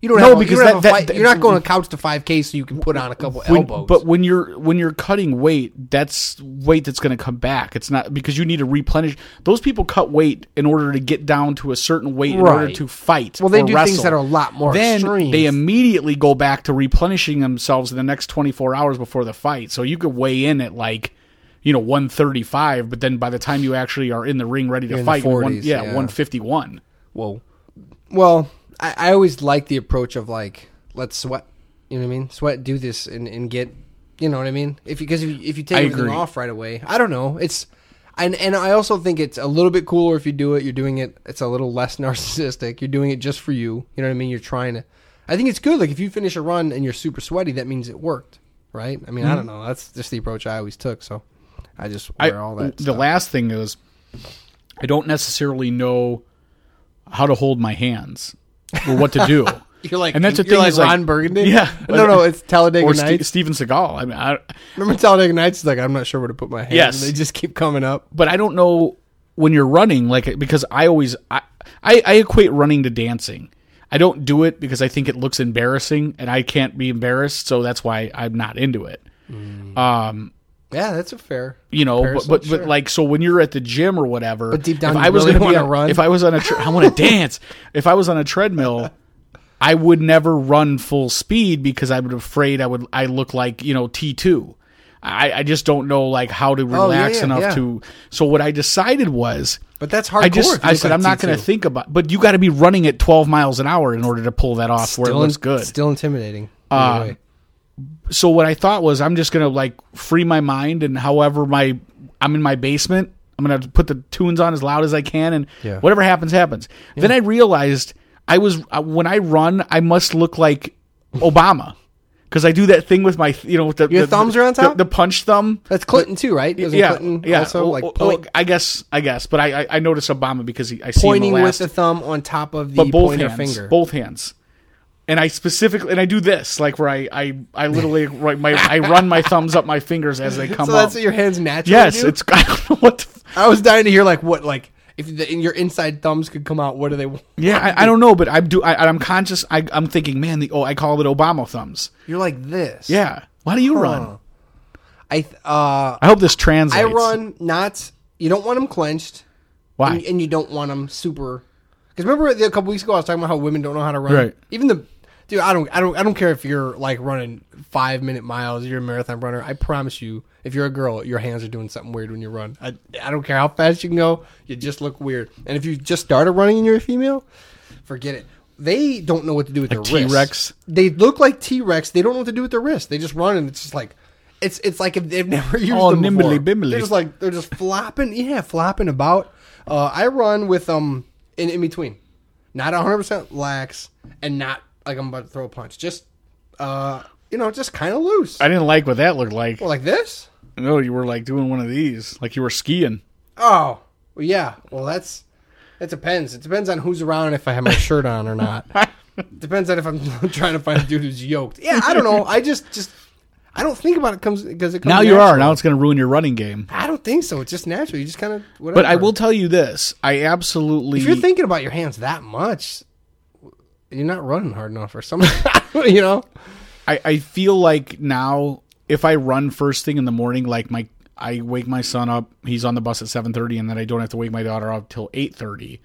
D: You don't
E: No,
D: have a- you
E: because
D: don't have
E: that-
D: a fi-
E: that-
D: you're not going to couch to five k so you can put on a couple
E: when-
D: elbows.
E: But when you're when you're cutting weight, that's weight that's going to come back. It's not because you need to replenish. Those people cut weight in order to get down to a certain weight in order
D: Right.
E: to fight.
D: Well, they
E: or
D: do
E: wrestle.
D: things that are a lot more
E: Then
D: extreme.
E: they immediately go back to replenishing themselves in the next 24 hours before the fight. So you could weigh in at like you know 135, but then by the time you actually are in the ring ready to
D: in the
E: fight, you're one,
D: 40s,
E: yeah,
D: yeah.
E: 151.
D: Whoa. Well, I, I always like the approach of like, let's sweat. You know what I mean? Sweat, do this, and, and get. You know what I mean? If because if, you- if you take
E: I
D: everything
E: agree.
D: off right away, I don't know. It's and and I also think it's a little bit cooler if you do it. You're doing it. It's a little less narcissistic. You're doing it just for you. You know what I mean? You're trying to. I think it's good. Like if you finish a run and you're super sweaty, that means it worked, right? I mean, I
E: Mm-hmm.
D: don't know. That's just the approach I always took. So I just wear all that.
E: The
D: stuff.
E: last thing is, I don't necessarily know how to hold my hands or what to do.
D: You're like,
E: and that's the
D: you're
E: thing
D: like
E: is
D: Ron Burgundy.
E: Yeah,
D: no, no, it's Talladega
E: or
D: Nights.
E: Ste- Steven Seagal. I mean, I,
D: Remember Talladega Nights? It's Like I'm not sure where to put my hands.
E: Yes.
D: they just keep coming up.
E: but I don't know when you're running, like because I always I, I I equate running to dancing. I don't do it because I think it looks embarrassing, and I can't be embarrassed, so that's why I'm not into it.
D: Yeah, that's a fair.
E: you know, but
D: comparison,
E: but,
D: sure.
E: but like so when you're at the gym or whatever,
D: But deep down
E: if
D: you
E: I was
D: really
E: gonna be
D: wanna
E: on-
D: run?
E: if I was on a, tre- I want to dance. If I was on a treadmill, I would never run full speed because I'm afraid I would I look like you know T two. I, I just don't know like how to
D: yeah,
E: relax
D: Oh, yeah,
E: enough
D: yeah.
E: to. So what I decided was.
D: but that's hardcore.
E: I
D: if
E: just
D: you
E: I
D: look
E: said
D: like
E: I'm not
D: T2.
E: going to think about, but you got to be running at 12 miles an hour in order to pull that off where it
D: Still
E: looks
D: in-
E: good.
D: Still intimidating.
E: Uh,
D: Anyway.
E: so what I thought was I'm just gonna like free my mind and however my I'm in my basement, I'm gonna put the tunes on as loud as I can and
D: Yeah.
E: whatever happens happens. Then I realized I was uh, when I run I must look like Obama because I do that thing with my you know with the,
D: Your
E: the-
D: thumbs
E: the,
D: are on top?
E: the, the punch thumb.
D: that's Clinton too, right? Isn't
E: yeah,
D: Clinton
E: yeah.
D: Also,
E: Oh,
D: like
E: oh, oh,
D: point-
E: I guess I guess, but I I, I noticed Obama because he, I see him
D: pointing
E: the last,
D: with the thumb on top of the
E: but both
D: pointer
E: hands,
D: finger.
E: both hands. And I specifically, and I do this, like where I, I, I literally, right, my, I run my thumbs up my fingers as they come
D: so
E: up.
D: that's what your hands naturally
E: yes,
D: do?
E: it's I don't know what. The,
D: I was dying to hear like what like if the, in your inside thumbs could come out. What do they? want?
E: yeah, I, I don't know, but I'm do, I, I'm conscious. I, I'm thinking, man, the oh, I call it Obama thumbs.
D: You're like this.
E: Yeah, why do you run?
D: I th- uh
E: I hope this translates.
D: I run not. You don't want them clenched.
E: Why?
D: and, and you don't want them super. Because remember the- a couple weeks ago I was talking about how women don't know how to run.
E: Right.
D: Even the dude, I don't, I don't, I don't care if you're like running five minute miles. You're a marathon runner. I promise you, if you're a girl, your hands are doing something weird when you run. I, I don't care how fast you can go. You just look weird. And if you just started running and you're a female, forget it. They don't know what to do with their wrists.
E: T-Rex?
D: They look like T Rex. They don't know what to do with their wrists. They just run and it's just like. It's, it's like if they've never used
E: All
D: them before.
E: nimbly bimbly.
D: They're just like like they're just flopping, yeah, flopping about. Uh, I run with um in, in between, not 100 percent lax, and not like I'm about to throw a punch. Just uh, you know, just kind of loose.
E: I didn't like what that looked like.
D: well, like this?
E: No, you were like doing one of these, like you were skiing.
D: Oh, well, yeah. Well, that's it depends. It depends on who's around and if I have my shirt on or not. depends on if I'm trying to find a dude who's yoked. Yeah, I don't know. I just just I don't think about it comes because it comes
E: Now you are.
D: natural.
E: Now it's going to ruin your running game.
D: I don't think so. It's just natural. You just kind of whatever.
E: But I will tell you this: I absolutely.
D: If you're thinking about your hands that much, you're not running hard enough or something. you know.
E: I, I feel like now if I run first thing in the morning, like my I wake my son up, he's on the bus at seven thirty, and then I don't have to wake my daughter up till eight thirty.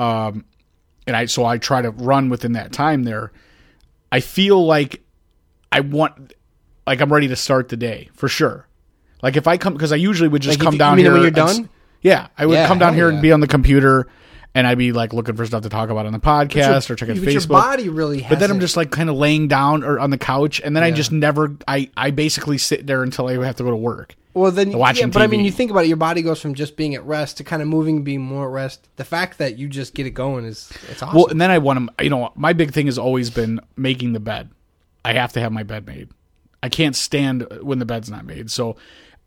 E: Um, and I so I try to run within that time there. I feel like I want like I'm ready to start the day for sure. Like if I come because I usually would just
D: Like, if
E: come
D: you-
E: down
D: you mean
E: here.
D: when you're
E: and s-
D: done?
E: Yeah, I would
D: Yeah,
E: come down
D: hell
E: here
D: yeah.
E: and be on the computer, and I'd be like looking for stuff to talk about on the podcast or checking
D: But
E: Facebook
D: Your body really. Has
E: but then I'm just like kind of laying down or on the couch, and then I just never. I I basically sit there until I have to go to work.
D: Well, then
E: watching
D: yeah, But I
E: TV.
D: mean, you think about it. Your body goes from just being at rest to kind of moving, being more at rest. The fact that you just get it going is it's awesome.
E: Well, and then I want to. You know, my big thing has always been making the bed. I have to have my bed made. I can't stand when the bed's not made. So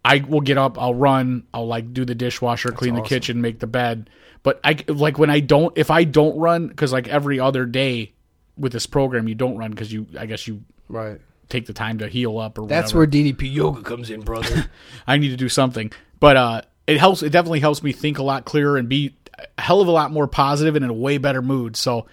E: I will get up. I'll run. I'll like do the dishwasher, clean the kitchen, make the bed. But I like when I don't. If I don't run, because like every other day with this program, you don't run because you. I guess you
D: right.
E: take the time to heal up or
D: That's
E: whatever.
D: where DDP yoga comes in, brother.
E: I need to do something. But uh, it helps. It definitely helps me think a lot clearer and be a hell of a lot more positive and in a way better mood. So,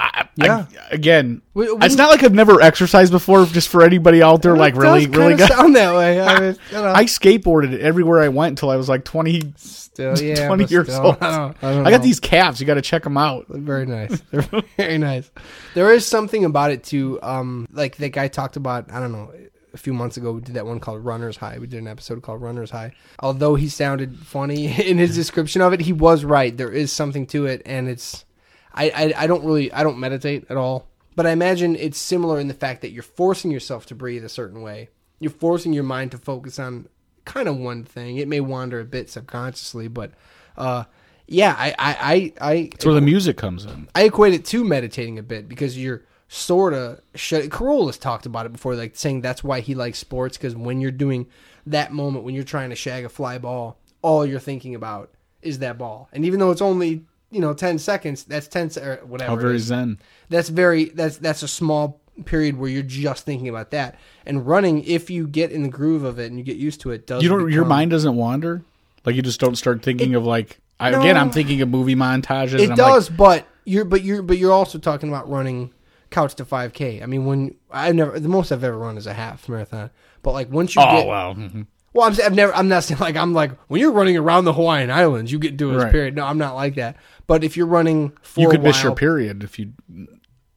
E: I, I-
D: Yeah.
E: again,
D: Wh- when-
E: it's not like I've never exercised before. Just for anybody out there, like
D: It
E: really,
D: does
E: really
D: kinda
E: good.
D: sound that way. I mean, you know,
E: I skateboarded everywhere I went until I was like 20,
D: still, Oh, yeah,
E: 20
D: but
E: years
D: still,
E: old.
D: I, don't, I, don't
E: got
D: know.
E: these calves. You got to check them out.
D: Very nice. They're very nice. There is something about it too. Um, like that guy talked about. I don't know. A few months ago, we did that one called Runner's High. We did an episode called Runner's High. Although he sounded funny in his description of it, he was right. There is something to it, and it's. I, I, I don't really I don't meditate at all, but I imagine it's similar in the fact that you're forcing yourself to breathe a certain way. You're forcing your mind to focus on kind of one thing. It may wander a bit subconsciously, but uh, yeah, I I I, I
E: That's where the music comes in.
D: I equate it to meditating a bit because you're sort of shut. Corolla's talked about it before, like saying that's why he likes sports because when you're doing that moment when you're trying to shag a fly ball, all you're thinking about is that ball. And even though it's only you know ten seconds, that's ten se- or whatever.
E: How
D: it
E: very
D: is.
E: zen.
D: That's very that's that's a small period where you're just thinking about that. And running, if you get in the groove of it and you get used to it, does
E: You don't. Your
D: become-
E: mind doesn't wander. Like you just don't start thinking of like. I, Again,
D: No.
E: I'm thinking of movie montages. and
D: It
E: I'm Like,
D: does, but you're but you're but you're also talking about running couch to 5k. I mean, when I never the most I've ever run is a half marathon. But like once you
E: oh
D: get
E: wow. Mhm.
D: well, I'm, sa- I've never I'm not saying like I'm like when you're running around the Hawaiian Islands, you get into this
E: Right.
D: period. No, I'm not like that. But if you're running for
E: You
D: a
E: could miss your
D: while-
E: period if you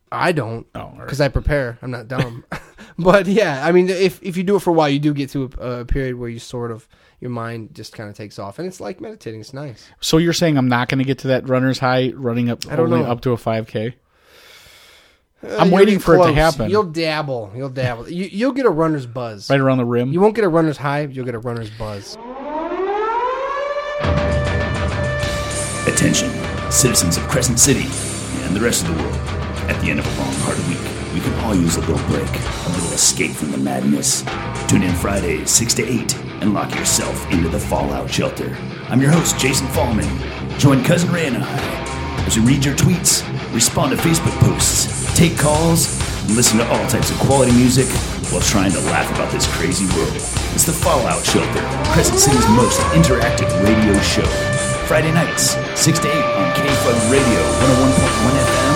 D: I don't
E: Oh, all right.
D: because I prepare. I'm not dumb. but yeah, I mean, if if you do it for a while, you do get to a, a period where you sort of your mind just kind of takes off, and it's like meditating. It's nice.
E: So you're saying I'm not going to get to that runner's high running up
D: don't
E: only
D: know.
E: up to a 5k?
D: Uh,
E: I'm
D: you'll
E: waiting
D: get
E: for it to
D: close.
E: happen.
D: You'll dabble. You'll dabble. you, you'll get a runner's buzz.
E: Right around the rim.
D: You won't get a runner's high, you'll get a runner's buzz.
A: Attention, citizens of Crescent City and the rest of the world. At the end of a long, hard week, we can all use a little break, a little escape from the madness. Tune in Fridays, 6 to 8, and lock yourself into the Fallout Shelter. I'm your host, Jason Fallman. Join Cousin Ray and I as we read your tweets, respond to Facebook posts, take calls, and listen to all types of quality music while trying to laugh about this crazy world. It's the Fallout Shelter, Crescent City's most interactive radio show. Friday nights, 6 to 8 on KFUD Radio,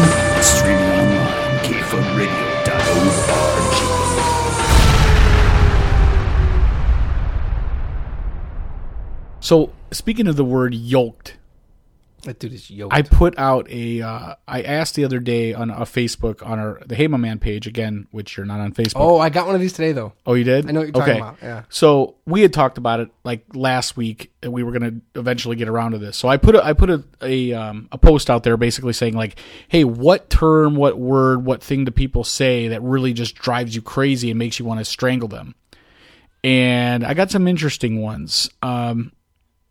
A: 101.1 FM, and streaming online, kfudradio.org.
E: So speaking of the word yoked,
D: That dude is yoked.
E: I put out a uh, I asked the other day on a Facebook on our the Hey My Man page again, which you're not on Facebook.
D: oh, I got one of these today, though.
E: Oh, you did?
D: I know what you're talking about, yeah.
E: So we had talked about it like last week, and we were going to eventually get around to this. So I put a, I put a a, um, a post out there, basically saying like, hey, what term, what word, what thing do people say that really just drives you crazy and makes you want to strangle them? And I got some interesting ones. Um,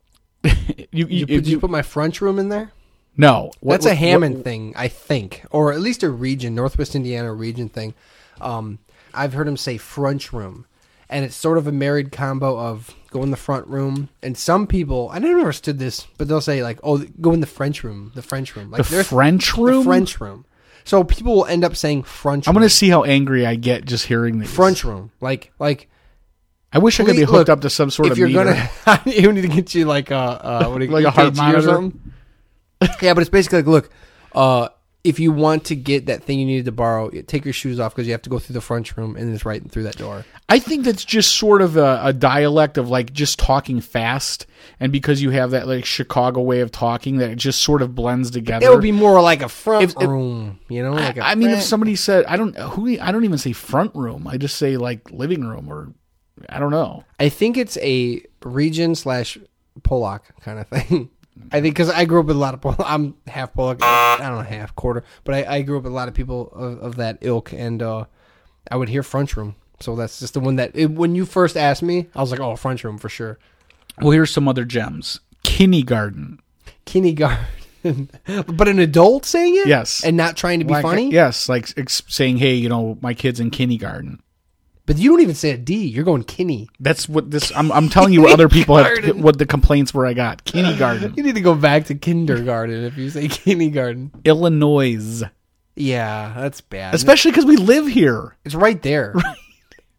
E: you, you,
D: Did you,
E: you-
D: put my French room in there?
E: no, What-
D: That's a
E: what-
D: Hammond thing, I think, or at least a region, Northwest Indiana region thing. Um, I've heard him say French room, and it's sort of a married combo of go in the front room. And some people, I never understood this, but they'll say like, "Oh, go in the French room, the French room." Like
E: The
D: there's-
E: French room?
D: the French room. So people will end up saying French.
E: I'm
D: room.
E: gonna see how angry I get just hearing these.
D: French room, like like.
E: I wish I could be
D: Please,
E: hooked
D: look,
E: up to some sort
D: if
E: of
D: you're
E: meter.
D: gonna, you need to get you like a uh, what do you,
E: Like a heart
D: EKG
E: monitor?
D: yeah, but it's basically like, look, uh, if you want to get that thing you needed to borrow, you- take your shoes off because you have to go through the front room and it's right through that door.
E: I think that's just sort of a, a dialect of like just talking fast, and because you have that like Chicago way of talking, that it just sort of blends together.
D: It would be more like a front
E: If- if-
D: room, you know. Like a
E: I mean, if
D: front-
E: somebody said, I don't who I don't even say front room. I just say like living room or I don't know.
D: I think it's a region slash Polak kind of thing. I think because I grew up with a lot of Polak. I'm half Polak. I don't know, half quarter, but I, I grew up with a lot of people of, of that ilk, and uh, I would hear French room. So that's just the one that it, when you first asked me, I was like, "Oh, French room for sure."
E: Well, here's some other gems. Kindergarten.
D: Kindergarten, but an adult saying it,
E: Yes.
D: and not trying to be
E: Like,
D: funny.
E: Yes, like ex- saying, "Hey, you know, my kid's in kindergarten."
D: But you don't even say a D. You're going Kinney.
E: That's what this. I'm, I'm telling you what other people have. What the complaints were. I got kindergarten,
D: You need to go back to kindergarten if you say kindergarten.
E: Illinois,
D: Yeah, that's bad.
E: especially because we live here.
D: It's right there.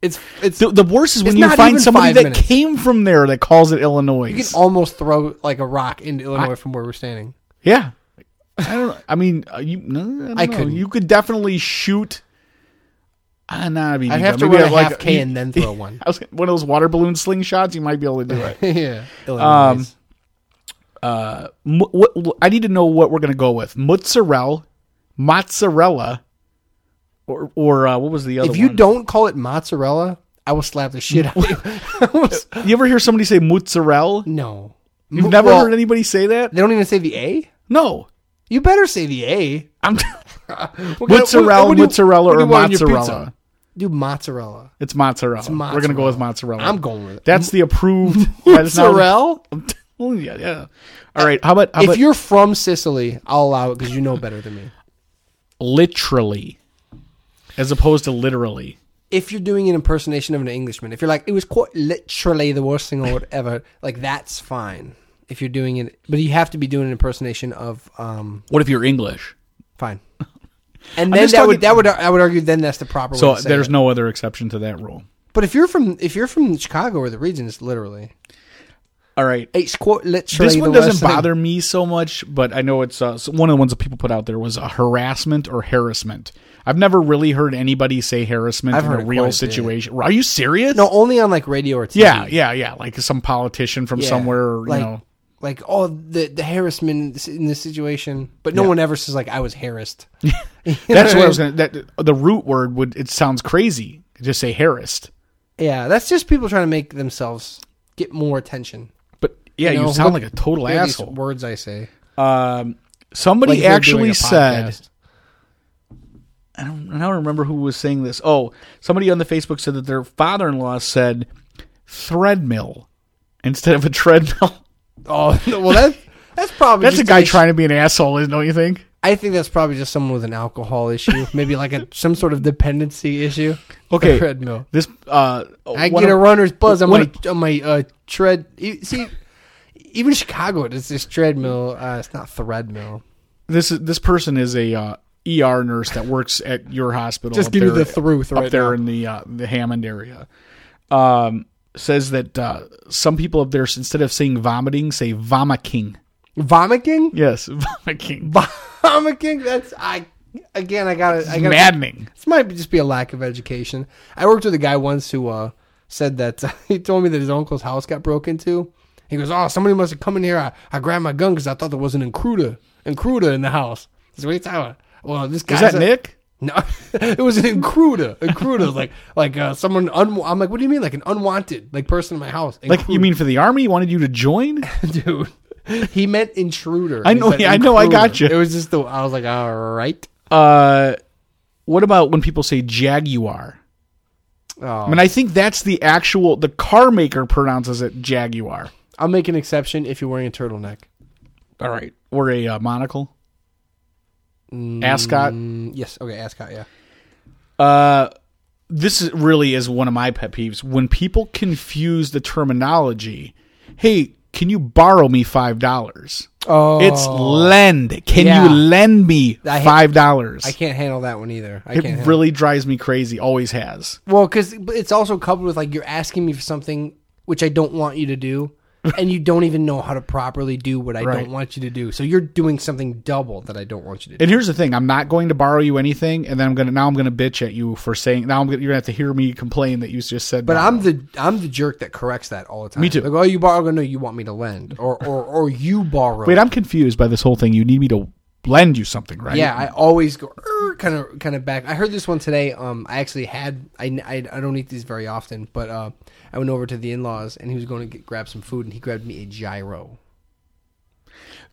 D: It's it's
E: The, the worst is when
D: It's
E: you
D: not
E: find
D: even
E: somebody
D: five
E: that
D: minutes.
E: came from there that calls it Illinois.
D: You can almost throw like a rock into Illinois from where we're standing.
E: yeah, I don't. I mean, uh, you. No, I, don't
D: I
E: know.
D: couldn't.
E: You could definitely shoot. Uh, nah, I mean,
D: I'd
E: you
D: have
E: don't.
D: to
E: Maybe
D: run a
E: I'd like-
D: half K and then throw one.
E: I was one of those water balloon slingshots. You might be able to do it.
D: yeah, Illinois.
E: Um, M- what, I need to know what we're gonna go with mozzarella, mozzarella, or or uh, what was the other?
D: if you
E: one?
D: don't call it mozzarella, I will slap the shit out of you. I will s-
E: you ever hear somebody say mozzarella?
D: no,
E: You've
D: M-
E: never
D: well,
E: heard anybody say that?
D: They don't even say the A.
E: No,
D: You better say the A.
E: I'm.
D: What kind of-
E: mozzarella,
D: what do you-
E: mozzarella,
D: what do
E: or
D: you want on your
E: mozzarella.
D: Do mozzarella.
E: It's mozzarella. We're gonna go with mozzarella.
D: I'm going with it.
E: That's the approved. that's not-
D: Mozzarella.
E: Well, yeah, yeah. All right. How about how
D: If
E: about
D: you're from Sicily, I'll allow it because you know better than me.
E: literally, as opposed to literally?
D: if you're doing an impersonation of an Englishman, if you're like, it was quite literally the worst thing I would ever, like, that's fine. If you're doing it, but you have to be doing an impersonation of, um,
E: What if you're English?
D: fine. And then that
E: just
D: would
E: talking-
D: that would I would argue then that's the proper
E: So
D: way. To say
E: there's
D: it.
E: no other exception to that rule.
D: But if you're from if you're from Chicago or the region, it's literally
E: All right.
D: it's quite literally.
E: This one
D: the
E: doesn't
D: worst thing.
E: bother me so much, but I know it's uh, so one of the ones that people put out there was a harassment or harassment. I've never really heard anybody say harassment
D: I've
E: in
D: heard
E: a
D: it
E: real
D: quite a
E: situation. Are you serious?
D: No, only on like radio or TV.
E: Yeah, yeah, yeah. Like some politician from somewhere, or, you
D: like,
E: know.
D: like oh the the harassment in this- in this situation, but no one ever says like I was harassed.
E: That's what I was gonna. That the root word would. It sounds crazy. Just say harassed.
D: Yeah, that's just people trying to make themselves get more attention.
E: But yeah, you,
D: know,
E: sound
D: look-
E: like a total
D: look at these
E: asshole.
D: words I say.
E: Um,
D: Like
E: somebody
D: we're doing
E: actually
D: a
E: said.
D: podcast.
E: I don't, I don't remember who was saying this. Oh, somebody on the Facebook said that their father in law said threadmill instead of a treadmill.
D: "Oh, well that that's probably
E: That's a
D: just
E: guy
D: make-
E: trying to be an asshole, isn't- don't you think?
D: I think that's probably just someone with an alcohol issue, maybe like a some sort of dependency issue.
E: Okay.
D: treadmill.
E: This uh,
D: I
E: one
D: get a
E: of-
D: runner's buzz on
E: one-
D: my on my uh, tread. e- See, even Chicago does this treadmill. Uh, it's not threadmill.
E: this is this person is a uh, ER nurse that works at your hospital.
D: Just
E: up
D: give me
E: there-
D: the thruth
E: up
D: right
E: there
D: now.
E: in the uh, the Hammond area. Um, says that uh, some people up there instead of saying vomiting, say vomiting.
D: Vomiting,
E: Yes, vomiting.
D: vomiting. That's I again. I got to I got to
E: Maddening.
D: This might be- just be a lack of education. I worked with a guy once who uh, said that he told me that his uncle's house got broke into. He goes, "Oh, somebody must have come in here. I, I grabbed my gun because I thought there was an intruder, intruder in the house." I said, "What are you talking about?" Well, this guy
E: Is that Nick?
D: No, it was an intruder. Intruder, like like uh, someone. Un- I'm like, what do you mean, like an unwanted like person in my house?
E: Like you mean for the army? He wanted you to join?
D: Intruder, dude? He meant intruder.
E: I
D: He
E: know-
D: said
E: I know, I got
D: intruder.
E: you.
D: It was just the. I was like, all right.
E: Uh, what about when people say Jaguar? I
D: Oh.
E: mean, I think that's the actual. The car maker pronounces it Jaguar.
D: I'll make an exception if you're wearing a turtleneck.
E: All right, or a uh, monocle, ascot.
D: Mm, yes. Okay. Ascot. Yeah.
E: Uh, this is, really is one of my pet peeves when people confuse the terminology. Hey, can you borrow me five dollars?
D: Oh,
E: It's lend. Can
D: Yeah.
E: you lend me
D: I hate-
E: five dollars?
D: I can't handle that one either. I can't
E: It
D: handle
E: really drives me crazy. Always has.
D: Well, because it's also coupled with like you're asking me for something which I don't want you to do, and you don't even know how to properly do what I
E: Right.
D: don't want you to do. So you're doing something double that I don't want you to do.
E: And here's the thing: I'm not going to borrow you anything, and then I'm gonna now I'm gonna bitch at you for saying now I'm gonna, you're gonna have to hear me complain that you just said.
D: But
E: no.
D: I'm the I'm the jerk that corrects that all the time.
E: Me too.
D: Like, oh, you borrow? No, you want me to lend, or or or you borrow?
E: wait, I'm confused by this whole thing. You need me to lend you something, right?
D: Yeah, I always go kind of kind of back. I heard this one today. Um, I actually had I, I, I don't eat these very often, but uh, I went over to the in laws and he was going to get, grab some food and he grabbed me a gyro.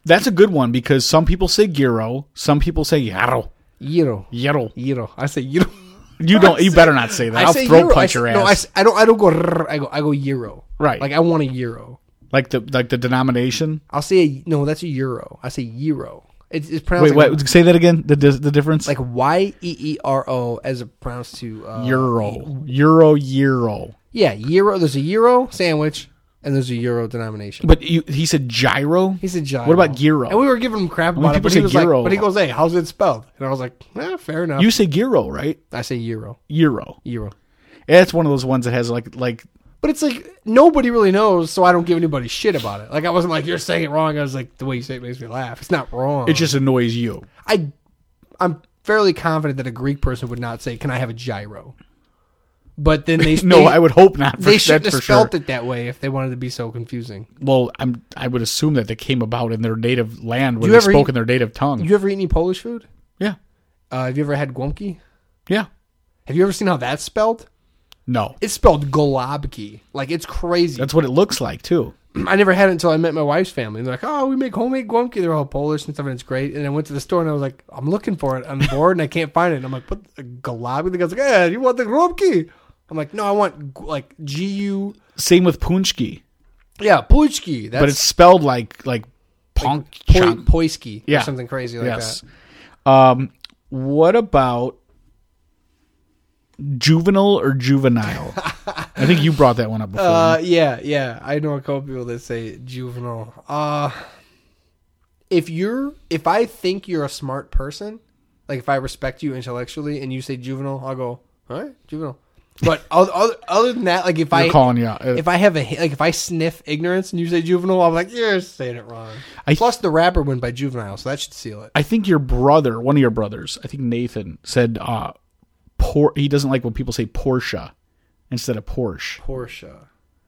E: That's a good one because some people say gyro, some people say yarrow.
D: Gyro,
E: Yarrow.
D: gyro. I say gyro.
E: You don't. You better not say that.
D: I
E: I'll
D: say
E: throat
D: gyro.
E: punch
D: I,
E: your
D: s-
E: ass.
D: No, I s- I, don't. I don't go. rrr. I go. I go euro.
E: Right.
D: Like I want a euro.
E: like the like the denomination.
D: I'll say a, no. That's a euro. I say euro. It's, it's pronounced
E: Wait,
D: like,
E: what? Say that again. The dis- the difference.
D: like y e e r o as a pronounced to uh,
E: euro, euro, euro.
D: Yeah, euro. There's a euro sandwich and there's a euro denomination.
E: But you, he said gyro.
D: He said gyro.
E: What about gyro?
D: And we were giving him crap
E: many
D: about it,
E: people
D: but he
E: say
D: was
E: gyro?
D: like, but he goes, "Hey, how's it spelled?" And I was like, eh, "Fair enough."
E: you say gyro, right?
D: I say euro,
E: Euro.
D: euro.
E: That's one of those ones that has like like
D: But it's like nobody really knows, so I don't give anybody shit about it. Like I wasn't like you're saying it wrong. I was like the way you say it makes me laugh. It's not wrong.
E: it just annoys you.
D: I I'm fairly confident that a Greek person would not say, "Can I have a gyro?" But then they
E: No,
D: they,
E: I would hope not. For,
D: they shouldn't
E: that's
D: have
E: for sure.
D: spelt it that way if they wanted to be so confusing.
E: Well, I'm I would assume that they came about in their native land when
D: You
E: they
D: ever
E: spoke
D: eat-
E: in their native tongue.
D: You ever eat any Polish food?
E: yeah,
D: Uh, have you ever had guamki?
E: yeah.
D: Have you ever seen how that's spelled?
E: No,
D: It's spelled golabki. Like it's crazy.
E: that's what it looks like too.
D: I never had it until I met my wife's family. And they're like, "Oh, we make homemade guamki. They're all Polish and stuff, and it's great." And I went to the store and I was like, "I'm looking for it on the board, and I can't find it." And I'm like, "What the golabki?" The guy's like, "Yeah, you want the guamki?" I'm like, "No, I want gu- like G U."
E: Same with punchki,
D: Yeah, Puchki. That's
E: but it's spelled like like punk.
D: poi, Poiski
E: Yeah.
D: or something crazy like
E: yes.
D: that.
E: Um, what about juvenile or juvenile? I think you brought that one up before.
D: Uh, yeah, yeah. I know a couple people that say juvenile. Uh, if you're, if I think you're a smart person, like if I respect you intellectually, and you say juvenile, I'll go all right, juvenile. But oth- other, other than that, like if
E: You're
D: I
E: calling you out.
D: if I have a hi- like if I sniff ignorance and you say juvenile, I'm like you're saying it wrong.
E: I-
D: Plus, the rapper went by juvenile, so that should seal it.
E: I think your brother, one of your brothers, I think Nathan said, uh, por- he doesn't like when people say Porsche instead of Porsche
D: Porsche.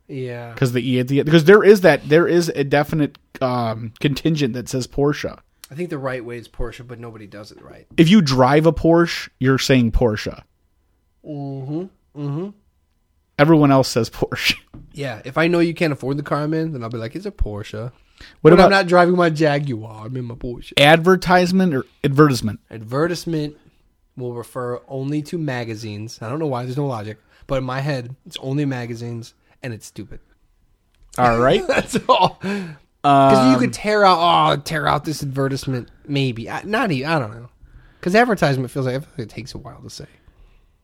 D: Yeah.
E: because the e at the because there is that there is a definite um, contingent that says Porsche.
D: I think the right way is Porsche, but nobody does it right.
E: If you drive a Porsche, you're saying Porsche.
D: Mm-hmm.
E: Everyone else says Porsche.
D: Yeah, if I know you can't afford the car I'm in, then I'll be like, it's a Porsche.
E: What
D: What
E: about
D: I'm not driving my Jaguar, I'm in my Porsche.
E: advertisement or advertisement?
D: Advertisement will refer only to magazines. I don't know why, there's no logic. But in my head, it's only magazines, and it's stupid.
E: All right.
D: That's all. Because
E: Um,
D: you could tear out, oh, tear out this advertisement, maybe. I, not even, I don't know. Because advertisement feels like, I feel like it takes a while to say.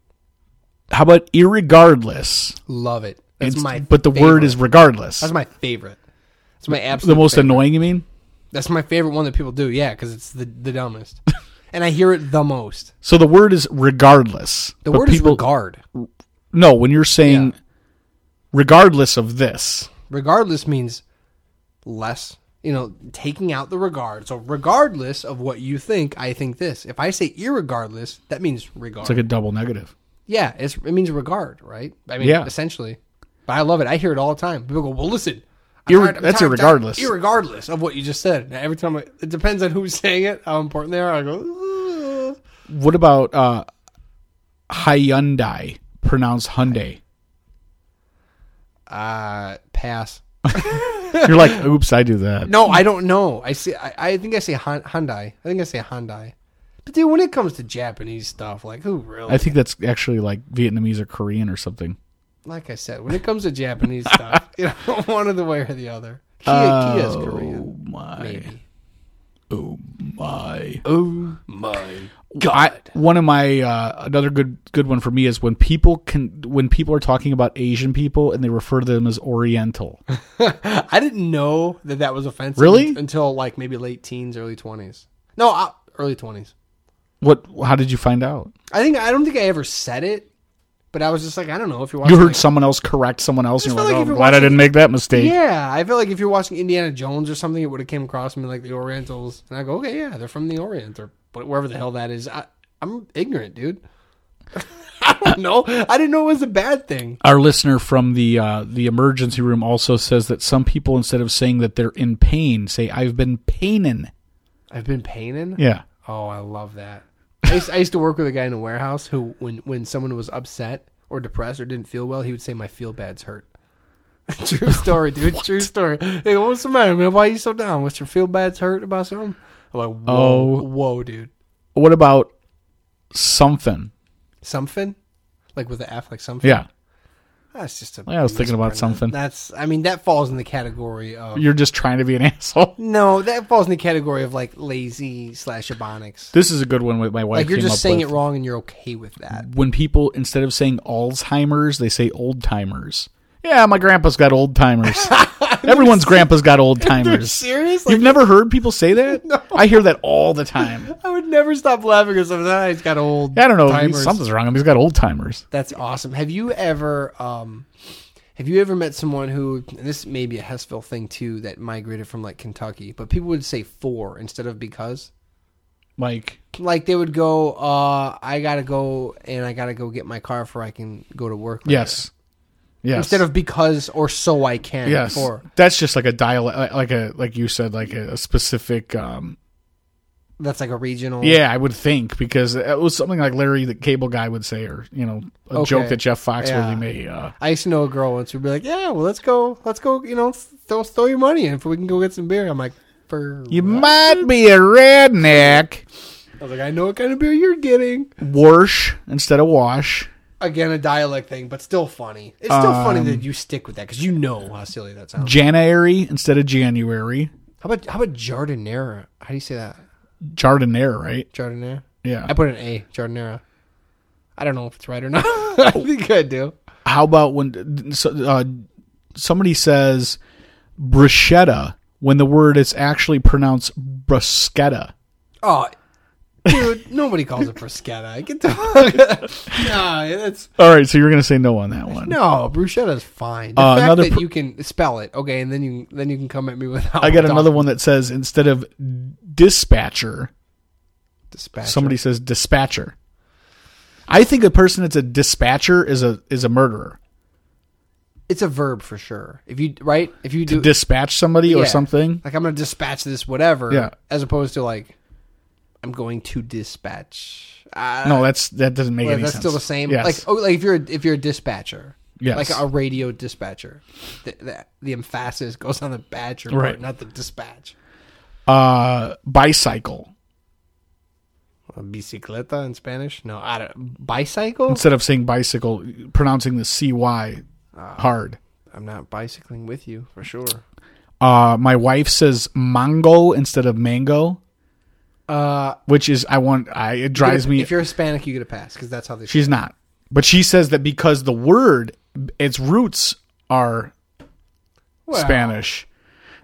E: How about irregardless?
D: Love it. That's
E: It's-
D: my
E: but the word
D: favorite.
E: is regardless.
D: That's my favorite. That's my absolute
E: the most
D: favorite.
E: annoying, you mean?
D: That's my favorite one that people do. Yeah, because it's the, the dumbest, and I hear it the most.
E: So the word is regardless.
D: The
E: but
D: word
E: people-
D: is regard.
E: No, when you're saying
D: Yeah.
E: regardless of this,
D: Regardless means less. You know, taking out the regard. So regardless of what you think, I think this. If I say irregardless, that means regard.
E: it's like a double negative.
D: yeah, it's, it means regard, right? I mean,
E: Yeah.
D: essentially. But I love it. I hear it all the time. People go, "Well, listen." I'm
E: Irre- that's
D: I'm
E: irregardless.
D: irregardless of what you just said. Now, every time I, it depends on who's saying it, how important they are. I go. "Ugh."
E: What about uh Hyundai pronounced Hyundai?
D: Uh, pass.
E: You're like, oops, I do that.
D: No, I don't know. I see. I, I think I say Hon- Hyundai. I think I say Hyundai. But dude, when it comes to Japanese stuff, like who really?
E: I think that's actually like Vietnamese or Korean or something.
D: like I said, when it comes to Japanese stuff, you know,
E: Oh
D: one of the way or the other. Kia, Kia's Korean,
E: my
D: maybe.
E: oh my
D: Oh my!
E: God. one of my uh, another good good one for me is when people can when people are talking about Asian people and they refer to them as Oriental.
D: I didn't know that that was offensive.
E: Really?
D: un- Until like maybe late teens, early twenties. No, I, early twenties.
E: what? How did you find out?
D: I think I don't think I ever said it, but I was just like, I don't know if you're watching.
E: You heard someone else correct someone else, and
D: just
E: you're
D: felt
E: like,
D: like
E: "Oh,
D: if
E: I'm
D: you're
E: glad I
D: watching-
E: didn't make that mistake."
D: Yeah, I feel like if you're watching Indiana Jones or something, it would have came across me like the Orientals, and I go, okay, yeah, they're from the Orient or but wherever the hell that is. I, I'm ignorant, dude. I don't know. I didn't know it was a bad thing.
E: Our listener from the uh, the emergency room also says that some people, instead of saying that they're in pain, say, "I've been paining."
D: I've been painting.
E: Yeah,
D: Oh, I love that. I used, I used to work with a guy in a warehouse who, when when someone was upset or depressed or didn't feel well, he would say, "My feel bad's hurt." True story, dude. True story. Hey, what's the matter, man? Why are you so down? What's your feel bad's hurt about something? I'm like, whoa,
E: Oh.
D: whoa, dude.
E: what about something?
D: Something like with the F, like something.
E: Yeah,
D: that's just a.
E: Yeah, I was thinking about something.
D: That's. I mean, that falls in the category of.
E: you're just trying to be an asshole.
D: no, that falls in the category of like lazy slash ebonics.
E: This is a good one with my wife.
D: Like you're
E: came up
D: just saying
E: with.
D: it wrong and you're okay with that.
E: when people instead of saying Alzheimer's, they say old timers. Yeah, my grandpa's got old timers. Everyone's grandpa's got old timers.
D: serious?
E: You've never heard people say that? I hear that all the time.
D: I would never stop laughing because I'm like, "Ah, he's got old.
E: I don't know.
D: timers."
E: Something's wrong. with him. He's got old timers.
D: That's awesome. Have you ever, um, have you ever met someone who and this may be a Hessville thing too that migrated from like Kentucky, but people would say for instead of because.
E: Like,
D: Like they would go, uh, I gotta go and I gotta go get my car for I can go to work. later."
E: yes, yes.
D: Instead of because or so I can.
E: yes,
D: For
E: that's just like a dialect, like a like you said, like a, a specific. um
D: that's like a regional.
E: Yeah, I would think because it was something like Larry the Cable Guy would say, or you know, a
D: Okay.
E: joke that Jeff Foxworthy
D: Yeah.
E: made. Uh,
D: I used to know a girl once who'd be like, "Yeah, well, let's go, let's go, you know, throw, throw your money in if we can go get some beer." I'm like, "For
E: you might be a redneck.
D: I was like, I know what kind of beer you're getting.
E: Warsh instead of wash.
D: Again, a dialect thing, but still funny. It's still
E: Um,
D: funny that you stick with that because you know how silly that sounds.
E: January instead of January.
D: How about how about jardinera? How do you say that?
E: Jardinere, right?
D: Jardinera.
E: Yeah.
D: I put an A. Jardinera. I don't know if it's right or not. I think I do.
E: How about when so, uh, somebody says bruschetta when the word is actually pronounced bruschetta?
D: Oh, dude, nobody calls it bruschetta. Get the nah, that's
E: All right, so you're gonna say no on that one.
D: no bruschetta's fine. The
E: Uh,
D: fact
E: another
D: that
E: pr-
D: you can spell it, okay, and then you then you can come at me with.
E: I got another one that says instead of dispatcher,
D: Dispatcher.
E: somebody says dispatcher. I think a person that's a dispatcher is a is a murderer.
D: It's a verb for sure. If you right, if you do
E: Dispatch somebody or
D: Yeah.
E: something.
D: Like I'm gonna dispatch this whatever.
E: Yeah.
D: As opposed to like I'm going to dispatch. Uh,
E: No, that's that doesn't make
D: well,
E: any
D: that's
E: sense.
D: still the same.
E: Yes.
D: Like oh, like if you're a, if you're a dispatcher,
E: Yes.
D: like a radio dispatcher, the, the, the emphasis goes on the badger,
E: Right.
D: part, not the dispatch. oh-
E: uh bicycle
D: Bicicleta in Spanish? No, I don't. Bicycle?
E: instead of saying bicycle pronouncing the cy
D: Ah.
E: hard
D: I'm not bicycling with you for sure.
E: uh my wife says mango instead of mango
D: Uh,
E: which is i want i it drives me
D: If you're Hispanic, you get a pass because that's how they.
E: she's not but she says that because the word its roots are
D: Well.
E: spanish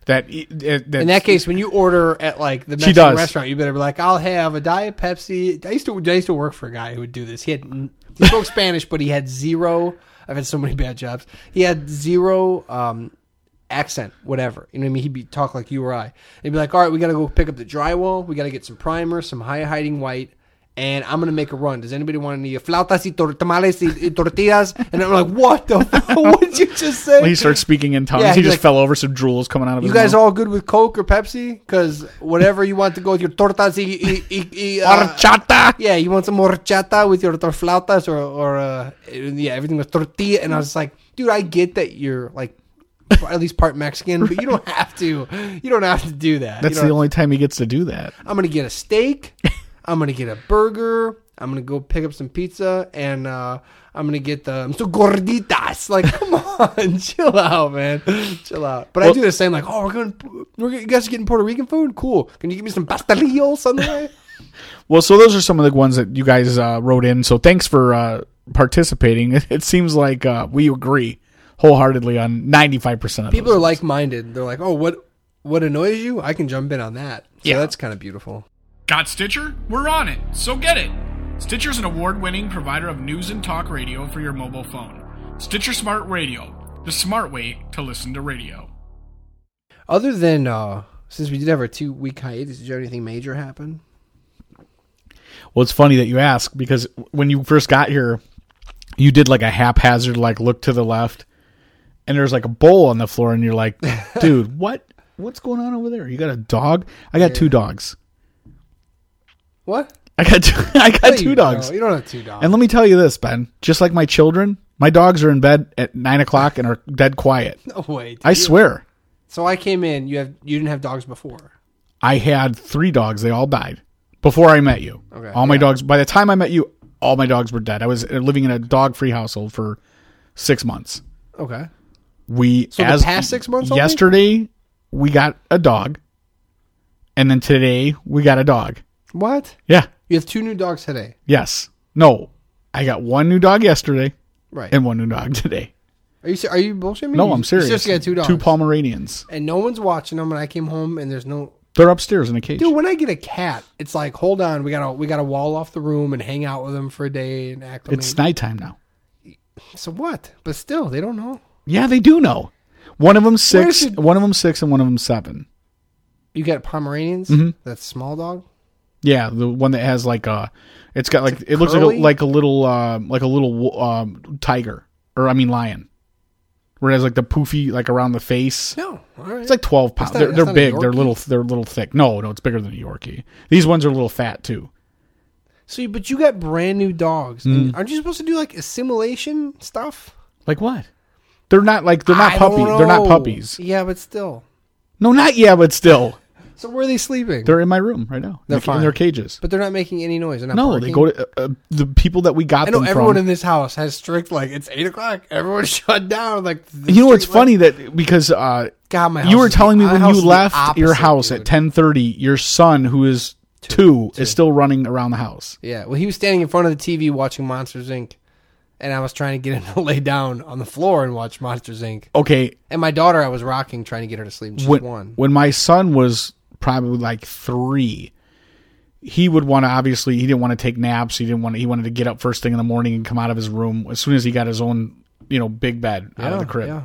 E: that i- it,
D: In that case, when you order at like the
E: She
D: Mexican
E: does.
D: restaurant, you better be like, "I'll have a diet Pepsi." I used to I used to work for a guy who would do this. He had he spoke Spanish, but he had zero. I've had so many bad jobs. He had zero um, accent, whatever. You know what I mean? He'd be talk like you or I. And he'd be like, "All right, we got to go pick up the drywall. We got to get some primer, some high hiding white." And I'm gonna make a run. Does anybody want any flautas y tor- tamales y, y tortillas? And I'm like, what the? fuck? what did you just say?
E: he starts speaking in tongues
D: Yeah,
E: he
D: he's
E: just
D: like-
E: fell over some drool is coming out of
D: You
E: his
D: guys
E: mouth.
D: all good with Coke or Pepsi? Because whatever you want to go with your tortas, y, y, y, y, uh,
E: Horchata!
D: yeah, you want some horchata with your torflautas or, or uh, yeah, everything with tortilla. And I was like, dude, I get that you're like at least part Mexican, but you don't have to. You don't have to do that. You
E: that's
D: don't-
E: the only time he gets to do that
D: I'm gonna get a steak. I'm gonna get a burger. I'm gonna go pick up some pizza and uh, I'm gonna get the I'm so gorditas. Like, come on, chill out, man, chill out. But I do the same. Like, oh, we're going, we're gonna, you guys are getting Puerto Rican food. Cool. Can you give me some pastelillos on the way?
E: Well, so those are some of the ones that you guys uh, wrote in. So thanks for uh, participating. It, seems like uh, we agree wholeheartedly on ninety five percent of
D: People
E: those.
D: are like minded. They're like, oh, what what annoys you? I can jump in on that. So yeah, that's kind of beautiful.
E: Got Stitcher? We're on it, so get it. Stitcher's an award winning provider of news and talk radio for your mobile phone. Stitcher Smart Radio, the smart way to listen to radio.
D: Other than uh, since we did have our two week hiatus, did you have anything major happen?
E: Well, it's funny that you ask because when you first got here, you did like a haphazard, like look to the left, and there's like a bowl on the floor, and you're like, dude, what? What's going on over there? You got a dog? I got two dogs.
D: What?
E: I got two, I got two
D: You
E: dogs.
D: don't- you don't have two dogs.
E: And let me tell you this, Ben. Just like my children, my dogs are in bed at nine o'clock and are dead quiet.
D: no way. dude.
E: I swear,
D: so I came in. You have you didn't have dogs before.
E: I had three dogs. They all died before I met you.
D: Okay,
E: all my
D: yeah.
E: dogs. By the time I met you, all my dogs were dead. I was uh, living in a dog-free household for six months.
D: Okay.
E: We
D: So the
E: as
D: past six months only?
E: Yesterday, we got a dog, and then today we got a dog.
D: What?
E: Yeah.
D: You have two new dogs today.
E: Yes. No. I got one new dog yesterday
D: Right.
E: and one new dog today.
D: are you se- are you bullshitting me?
E: No,
D: You-
E: I'm serious.
D: You just got two dogs.
E: Two Pomeranians.
D: and no one's watching them. And I came home and there's no
E: They're upstairs in a cage.
D: dude. When I get a cat, it's like hold on, we gotta we gotta wall off the room and hang out with them for a day and act.
E: it's nighttime now.
D: so what? But still, they don't know.
E: Yeah, they do know. One of them six,
D: Where's your-
E: one of them six, and one of them seven.
D: You got Pomeranians.
E: Mm-hmm.
D: That's small dog.
E: Yeah, the one that has like a, it's got like it looks like a,
D: curly?
E: like a little uh, like a little wo- um, tiger or I mean lion, where it has like the poofy like around the face.
D: No, all right.
E: It's like twelve pounds.
D: not-
E: they're
D: that's
E: they're
D: not a
E: big. They're
D: Yorkie.
E: little. They're little thick. No, no, it's bigger than a Yorkie. These ones are a little fat too.
D: so, you- but you got brand new dogs.
E: Mm.
D: And aren't you supposed to do like assimilation stuff?
E: Like what? They're not like they're not
D: I don't
E: puppies. They're not
D: know.
E: puppies.
D: Yeah, but still.
E: No, not yeah, but still,
D: So where are they sleeping?
E: they're in my room right now.
D: They're
E: in, the- in
D: fine.
E: their cages.
D: but they're not making any noise. They're not
E: No, they
D: barking.
E: go to uh, uh, the people that we got
D: I know
E: them
D: everyone
E: from.
D: in this house has strict like it's eight o'clock. Everyone shut down. Like the
E: you know, it's
D: street light-
E: funny that because uh,
D: God, my
E: you
D: house
E: were
D: is the-
E: telling me
D: my
E: when
D: house
E: you
D: is the
E: left your
D: opposite,
E: house
D: dude.
E: at ten thirty, your son who is two, is still running around the house.
D: Yeah, well, he was standing in front of the TV watching Monsters Inc. And I was trying to get him to lay down on the floor and watch Monsters Inc.
E: Okay,
D: And my daughter, I was rocking, trying to get her to sleep. and She's
E: when,
D: one.
E: when my son was probably like three, he would want to obviously he didn't want to take naps. He didn't want to, he wanted to get up first thing in the morning and come out of his room as soon as he got his own you know big bed out of the
D: Yeah,
E: crib.
D: yeah.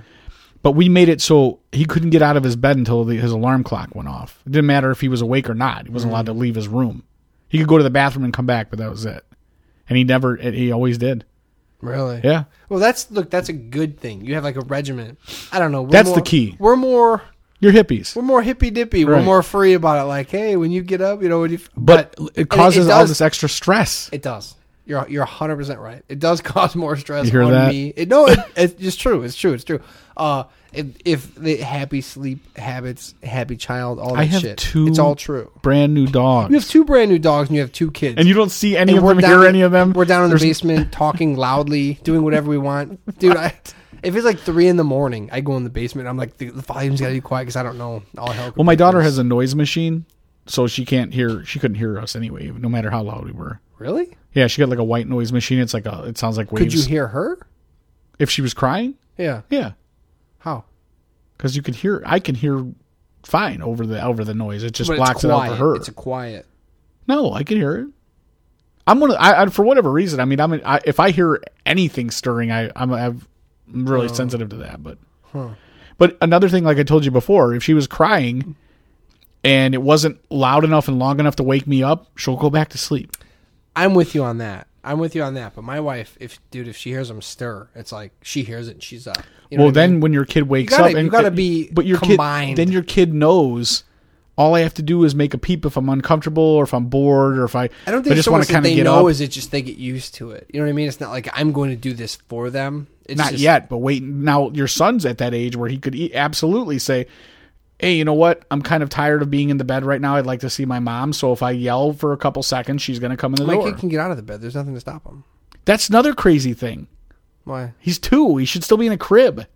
E: But we made it so he couldn't get out of his bed until the, his alarm clock went off. It didn't matter if he was awake or not. He wasn't allowed to leave his room. He could go to the bathroom and come back, but that was it. And he never he always did.
D: Really?
E: Yeah.
D: Well, that's look. That's a good thing. You have like a regiment. I don't know. We're
E: That's the
D: more-
E: key.
D: We're more.
E: You're hippies.
D: We're more hippy dippy.
E: Right.
D: We're more free about it. Like, hey, when you get up, you know, when you.
E: But it causes all
D: does-
E: this extra stress.
D: It does. You're you're 100 percent right. It does cause more stress
E: You hear
D: on
E: that?
D: me. It, no, it, it's just true. It's true. It's true. Uh, if, if the happy sleep habits, happy child, all that
E: I have
D: shit,
E: two
D: it's all true.
E: Brand new dogs.
D: You have two brand new dogs and you have two kids,
E: and you don't see any
D: And
E: of
D: we're
E: them,
D: down-
E: hear any of them.
D: We're down in the
E: There's-
D: basement talking loudly, doing whatever we want, dude. I, if it's like three in the morning, I go in the basement. I'm like, the, the volume's got to be quiet because I don't know all hell. could
E: Well, my
D: break
E: daughter
D: loose.
E: has a noise machine, so she can't hear. She couldn't hear us anyway, no matter how loud we were.
D: really.
E: Yeah, she got like a white noise machine. It's like a. It sounds like
D: Could
E: waves.
D: you hear her?
E: if she was crying?
D: Yeah.
E: Yeah,
D: How?
E: because you could hear. I can hear fine over the over the noise. It just
D: But
E: blocks it out for her.
D: It's a quiet.
E: no, I can hear it. I'm gonna. I, I for whatever reason. I mean, I'm. I, if I hear anything stirring, I I'm, I'm really
D: Oh.
E: sensitive to that. But but another thing, like I told you before, if she was crying. And it wasn't loud enough and long enough to wake me up. She'll go back to sleep.
D: I'm with you on that. I'm with you on that. But my wife, if dude, if she hears them stir, it's like she hears it and she's up. You know
E: well,
D: what I
E: then
D: mean?
E: when your kid wakes
D: gotta-
E: up, and
D: you gotta be
E: but your
D: combined.
E: kid, then your kid knows. All I have to do is make a peep if I'm uncomfortable or if I'm bored or if I.
D: I don't think
E: I just
D: so
E: want
D: much
E: to
D: that
E: kind of
D: they
E: get
D: know
E: up.
D: is it just they get used to it. You know what I mean? It's not like I'm going to do this for them. It's
E: Not
D: just-
E: yet, but wait. Now your son's at that age where he could e- absolutely say, hey, you know what? I'm kind of tired of being in the bed right now. I'd like to see my mom. So if I yell for a couple seconds, she's going to come in the
D: My
E: door.
D: kid can get out of the bed. There's nothing to stop him.
E: That's another crazy thing.
D: Why?
E: He's two. He should still be in a crib.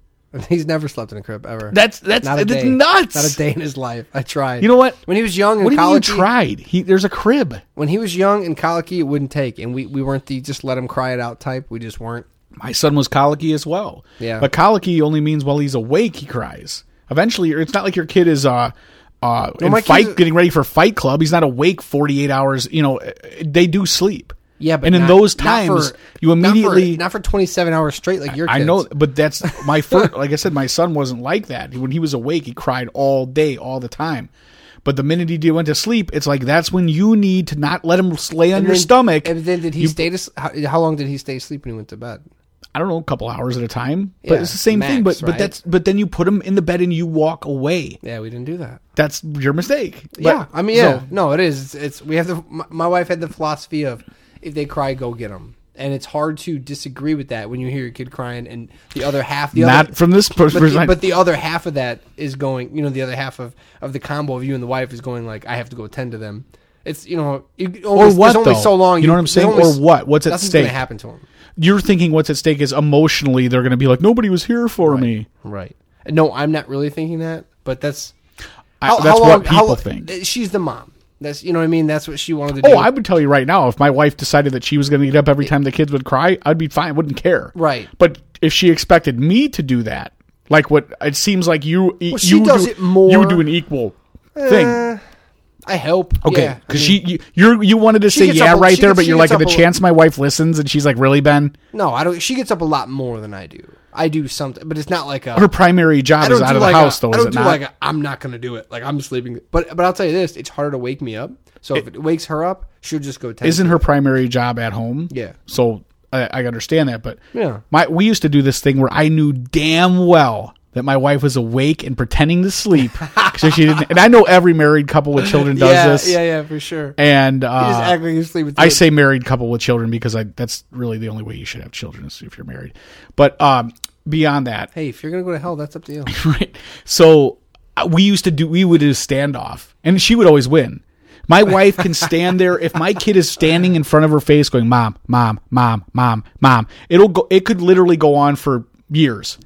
D: He's never slept in a crib ever.
E: That's that's
D: not a
E: that's
D: day.
E: nuts.
D: Not a day in his life. I tried.
E: You know what?
D: When he was young in
E: What do you mean you
D: college,
E: tried? He there's a crib.
D: when he was young and colicky, it wouldn't take, and we, we weren't the just let him cry it out type. We just weren't.
E: My son was colicky as well.
D: Yeah.
E: But colicky only means while he's awake he cries. Eventually, it's not like your kid is uh uh in
D: my
E: fight
D: kid's-
E: getting ready for Fight Club. He's not awake 48 hours. You know, uh, they do sleep.
D: Yeah, but
E: and in
D: not-
E: those
D: not for-
E: times, you
D: not for-
E: immediately
D: not for, 27 hours straight like your.
E: I
D: kids.
E: know, but that's my first. like I said, my son wasn't like that. When he was awake, he cried all day, all the time. But the minute he did- went to sleep, it's like that's when you need to not let him lay on
D: And
E: your
D: then-
E: stomach.
D: And then did he
E: You-
D: stay? To, s- how, how long did he stay asleep when he went to bed?
E: I don't know, a couple hours at a time. But
D: Yeah,
E: it's the same thing.
D: max,
E: But
D: right?
E: but that's but then you put him in the bed and you walk away.
D: Yeah, we didn't do that.
E: That's your mistake. But-
D: yeah, I mean, yeah,
E: so,
D: no, it is. It's, it's we have the. My, my wife had the philosophy of if they cry, go get them, and it's hard to disagree with that when you hear your kid crying and the other half, the
E: not
D: other,
E: from this person.
D: But the, but the other half of that is going, you know, the other half of, of the combo of you and the wife is going like, I have to go tend to them. It's you know, you,
E: or
D: only,
E: what?
D: There's only
E: though?
D: so long.
E: You, know what I'm saying?
D: there's only
E: or what? What's at
D: nothing's
E: stake?
D: gonna happen to him,
E: You're thinking what's at stake is emotionally they're going to be like nobody was here for me.
D: right? No, I'm not really thinking that, but that's
E: I- that's what people think.
D: She's the mom. That's you know what I mean. That's what she wanted to do.
E: Oh, I would tell you right now, if my wife decided that she was going to get up every time the kids would cry, I'd be fine, wouldn't care.
D: Right.
E: But if she expected me to do that, like what it seems like you, e,
D: she
E: you
D: does
E: do,
D: it more-
E: You do an equal thing.
D: I help.
E: okay,
D: yeah, I
E: because
D: mean-
E: she you you're, you wanted to say
D: gets
E: yeah
D: up a-
E: right
D: she
E: there,
D: gets-
E: but
D: she
E: you're
D: gets
E: like,
D: up
E: the
D: a-
E: chance my wife listens, and she's like, really, Ben,
D: No, I don't. She gets up a lot more than I do. I do something, but it's not like a.
E: her primary job is out of the
D: like
E: house,
D: a, I
E: though, is
D: don't
E: it
D: do
E: not?
D: like a, I'm not gonna do it. Like I'm sleeping. But but I'll tell you this: it's harder to wake me up. So if it wakes her up, she'll just go. Tend
E: isn't
D: to
E: her primary job at home.
D: Yeah.
E: So I, I understand that, but
D: Yeah.
E: my we used to do this thing where I knew damn well that my wife was awake and pretending to sleep, so she didn't. And I know every married couple with children does
D: yeah,
E: this.
D: Yeah, yeah, for sure.
E: And
D: you just act
E: uh,
D: like you sleep with.
E: I say married couple with children because I that's really the only way you should have children is if you're married. But um, beyond that,
D: hey, if you're gonna go to hell, that's up to you.
E: right? So uh, we used to do we would do standoff, and she would always win. My wife can stand there if my kid is standing in front of her face, going "mom, mom, mom, mom, mom." It'll go. It could literally go on for years,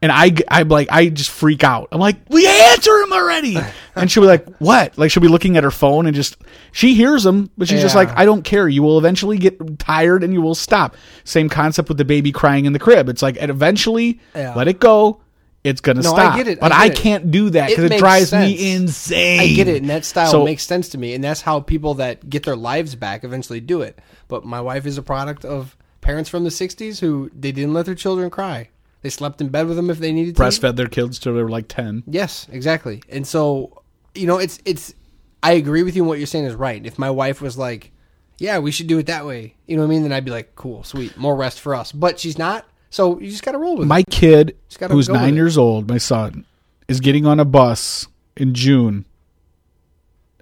E: and I I'm like I just freak out. I'm like, "We answer him already," and she'll be like, "What?" Like she'll be looking at her phone and just she hears him, but she's just
D: Yeah.
E: like, "I don't care. You will eventually get tired and you will stop." Same concept with the baby crying in the crib. It's like, and eventually,
D: Yeah.
E: let it go. It's gonna
D: No, I
E: stop.
D: get it. I
E: But
D: get
E: I,
D: it.
E: can't do that
D: It
E: because it,
D: makes
E: drives
D: sense.
E: me insane.
D: I get it, and that style
E: So-
D: makes sense to me, and that's how people that get their lives back eventually do it. But my wife is a product of parents from the '60s who they didn't let their children cry. They slept in bed with them if they needed to.
E: Breastfed their kids till they were like ten.
D: Yes, exactly. And so, you know, it's it's. I agree with you. and What you're saying is right. If my wife was like, "Yeah, we should do it that way," you know what I mean? Then I'd be like, "Cool, sweet, more rest for us." But she's not, so you just got to roll with it.
E: My kid,
D: Just gotta
E: who's
D: go with
E: nine
D: it.
E: years old, my son, is getting on a bus in June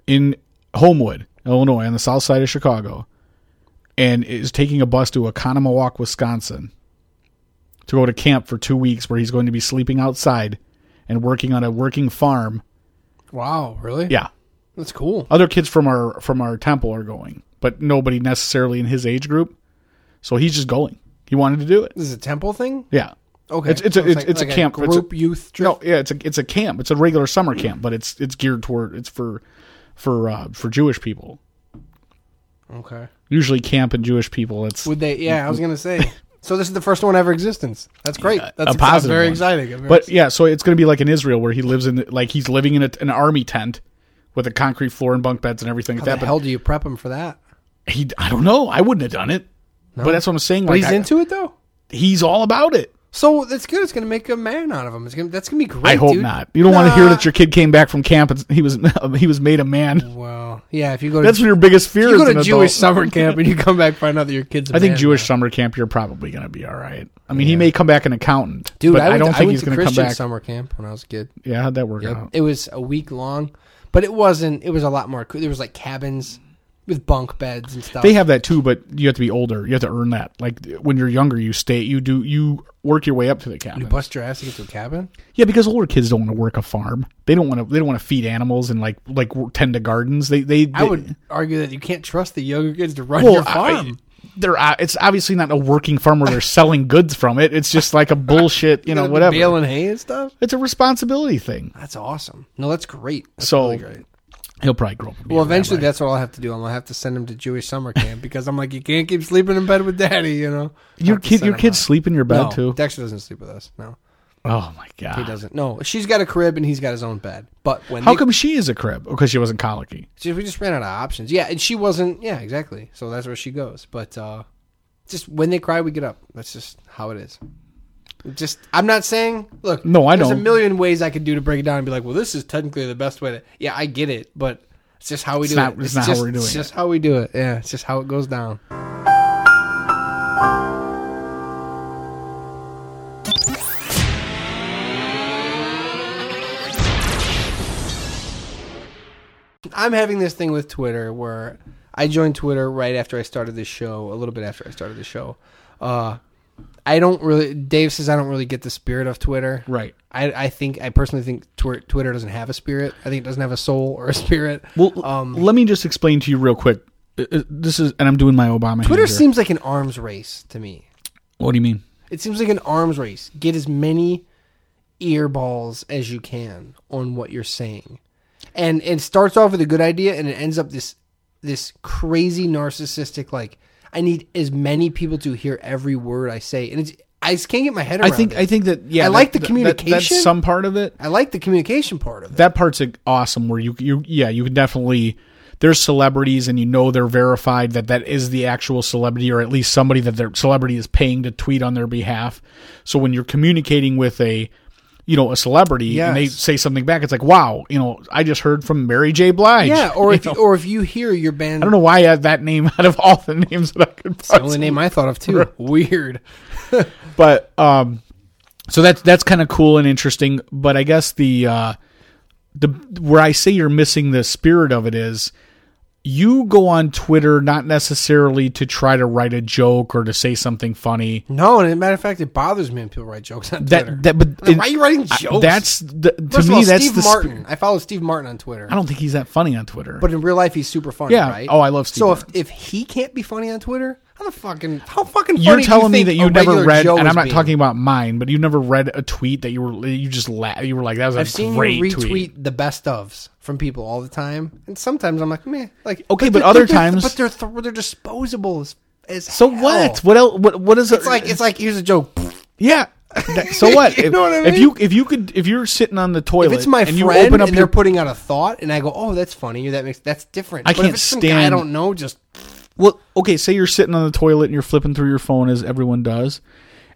E: in Homewood, Illinois, on the south side of Chicago, and is taking a bus to Oconomowoc, Wisconsin, to go to camp for two weeks, where he's going to be sleeping outside and working on a working farm.
D: Wow, really?
E: Yeah,
D: that's cool.
E: other kids from our from our temple are going, but nobody necessarily in his age group. So he's just going. He wanted to do it.
D: This is a temple thing.
E: Yeah.
D: Okay,
E: It's- it's a-
D: So
E: it's- it's a camp. It's a-
D: group youth trip.
E: No, yeah, it's a it's a camp. It's a regular summer camp, but it's it's geared toward it's for for uh, for Jewish people.
D: Okay,
E: Usually camp and Jewish people it's
D: would they? Yeah, I was gonna say. So this is the first one ever existence. That's great. That's
E: a
D: exci-
E: positive
D: Very
E: one.
D: exciting. I'm very
E: But yeah, so it's going to be like in Israel where he lives in like he's living in a, an army tent with a concrete floor and bunk beds and everything like
D: How
E: that.
D: the
E: But
D: hell do you prep him for that?
E: he I don't know. I wouldn't have done it. But that's what I'm saying.
D: But
E: like,
D: he's
E: I-
D: into it though.
E: he's all about it.
D: So that's good. It's gonna make a man out of him. It's gonna that's gonna be great.
E: I hope
D: dude.
E: not. You don't want to hear
D: Nah.
E: that your kid came back from camp and he was he was made a man.
D: Well, yeah. If you go to
E: That's your biggest fear.
D: you
E: as
D: go to
E: an
D: Jewish
E: adult.
D: summer camp and you come back find out that your kids. a
E: I think
D: man
E: Jewish
D: now.
E: summer camp, you're probably going to be all right. I mean, he may come back an accountant,
D: dude.
E: But
D: I,
E: I,
D: went,
E: don't
D: to-
E: think
D: went
E: he's
D: to
E: going to come
D: Christian
E: back.
D: summer camp when I was a kid.
E: Yeah, how'd that work out?
D: It was a week long, but it wasn't. It was a lot more. cool. There was like cabins. with bunk beds and stuff.
E: They have that too, but you have to be older. You have to earn that. Like when you're younger, you stay, you do, you work your way up to the
D: you
E: cabin.
D: bust your ass to get to a cabin.
E: Yeah, because older kids don't want to work a farm. They don't want to. They don't want to feed animals and like like w- tend to gardens. They they.
D: I would argue that you can't trust the younger kids to run
E: Well,
D: your
E: I-
D: farm.
E: they're uh, it's obviously not a working farm where they're selling goods from it. It's just like a bullshit, you know,
D: Gotta be
E: whatever.
D: baling hay and stuff.
E: It's a responsibility thing.
D: That's awesome. No, that's great. That's
E: So-
D: really great.
E: He'll probably grow up. and be
D: Well,
E: a rabbi.
D: eventually, that's what I'll have to do. I'm gonna have to send him to Jewish summer camp because I'm like, you can't keep sleeping in bed with daddy. You know,
E: your
D: Have to
E: kid,
D: send
E: your
D: him
E: kids
D: out.
E: sleep in your bed
D: No,
E: too.
D: Dexter doesn't sleep with us. No,
E: oh my god,
D: he doesn't. No, she's got a crib and he's got his own bed. But when
E: How
D: they-
E: come she is a crib? Because she wasn't colicky.
D: Just- we just ran out of options. Yeah, and she wasn't. Yeah, exactly. So that's where she goes. But uh, just when they cry, we get up. That's just how it is. Just I'm not saying. Look,
E: No, I
D: There's a
E: know.
D: million ways I could do to break it down and be like, well, this is technically the best way to. Yeah, I get it, but it's just how we do
E: not-
D: it.
E: it's not how
D: just,
E: we're doing
D: It's
E: it.
D: just how we do it. Yeah, it's just how it goes down. I'm having this thing with Twitter where I joined Twitter right after I started the show, a little bit after I started the show. Uh, I don't really. Dave says I don't really get the spirit of Twitter.
E: Right.
D: I, I think I personally think Twer- Twitter doesn't have a spirit. I think it doesn't have a soul or a spirit.
E: Well,
D: um,
E: let me just explain to you real quick. Uh, uh, This is, and I'm doing my Obama.
D: Twitter
E: hand here.
D: seems like an arms race to me.
E: What do you mean?
D: It seems like an arms race. Get as many earballs as you can on what you're saying. And it starts off with a good idea and it ends up this this crazy narcissistic like I need as many people to hear every word I say. And it's I just can't get my head around
E: I think.
D: it.
E: I think that. Yeah,
D: I
E: that-
D: like the
E: that- that-
D: communication.
E: that's some part of it.
D: I like the communication part of it.
E: that part's like, awesome where you you yeah you can definitely there's celebrities and you know they're verified that that is the actual celebrity or at least somebody that their celebrity is paying to tweet on their behalf so when you're communicating with a you know a celebrity and they
D: Yes.
E: say something back it's like wow you know i just heard from mary j blige
D: yeah, or
E: You
D: if
E: know,
D: you, or if you hear your band
E: i don't know why i had that name out of all the names that i could
D: the
E: possibly
D: only name I thought of too. Weird.
E: but um so that's that's kind of cool and interesting but i guess the uh the where i say you're missing the spirit of it is you go on twitter not necessarily to try to write a joke or to say something funny
D: No, and as a matter of fact, it bothers me when people write jokes on Twitter.
E: that that but
D: why are you writing jokes?
E: that's the, to
D: First
E: me
D: of all,
E: that's
D: Steve
E: the sp-
D: Martin. I follow Steve Martin on Twitter.
E: i don't think he's that funny on twitter
D: but in real life, he's super funny.
E: Yeah.
D: Right?
E: Oh, I love Steve
D: So if,
E: Martin.
D: if he can't be funny on Twitter, how the fucking how fucking funny
E: you're
D: do
E: telling me
D: think
E: that
D: a
E: you never
D: regular
E: read,
D: Joe
E: and
D: is
E: I'm not
D: being?
E: talking about mine, but you never read a tweet that you were you just la- you were like that was a
D: I've seen you
E: great
D: retweet
E: tweet.
D: the best ofs from people all the time, and sometimes I'm like, meh. Like
E: Okay, but
D: they're-
E: other
D: they're-
E: times-
D: but they're th- they're disposable as, as
E: So
D: hell.
E: what? What else? What what is
D: It's like it's like here's a joke.
E: Yeah. That- So what?
D: You
E: if,
D: know what I
E: if
D: mean?
E: you if you could if you're sitting on the toilet
D: If it's my
E: and
D: friend
E: you open up
D: and
E: your
D: they're putting out a thought, and I go, "Oh, that's funny," or that makes that's different.
E: I
D: But if
E: can't
D: it's some guy I
E: stand-
D: don't know. Just
E: well okay say you're sitting on the toilet and you're flipping through your phone as everyone does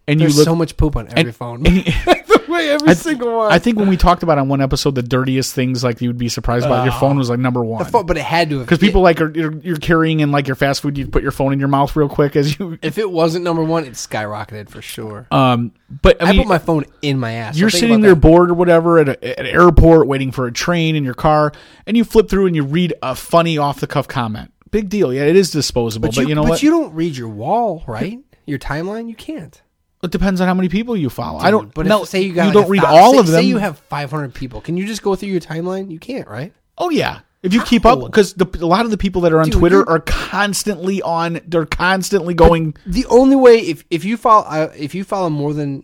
E: and
D: there's
E: you look
D: so much poop on every
E: and-
D: phone.
E: and-
D: the way every
E: I,
D: single one.
E: I think when we talked about on one episode the dirtiest things like you would be surprised by your phone was like number one
D: But- but it had to have
E: because people like are you're, you're carrying in like your fast food you put your phone in your mouth real quick as you
D: If it wasn't number one, it skyrocketed for sure.
E: um but I,
D: I
E: mean,
D: put my phone in my ass. so
E: you're
D: think
E: sitting
D: about
E: there
D: that.
E: bored or whatever at, a, at an airport waiting for a train in your car and you flip through and you read a funny off the cuff comment big deal yeah it is disposable but,
D: but you,
E: know
D: but
E: what
D: you don't read your wall, right? Your timeline, you can't.
E: it depends on how many people you follow i don't
D: But
E: no,
D: if, say you got like,
E: don't
D: a
E: read
D: thou-
E: all
D: say-
E: of them
D: Say you have 500 people. Can you just go through your timeline? You can't, right?
E: oh yeah if you keep up because a lot of the people that are on
D: Dude,
E: twitter
D: you're-
E: are constantly on they're constantly going
D: The only way if if you follow uh, if you follow more than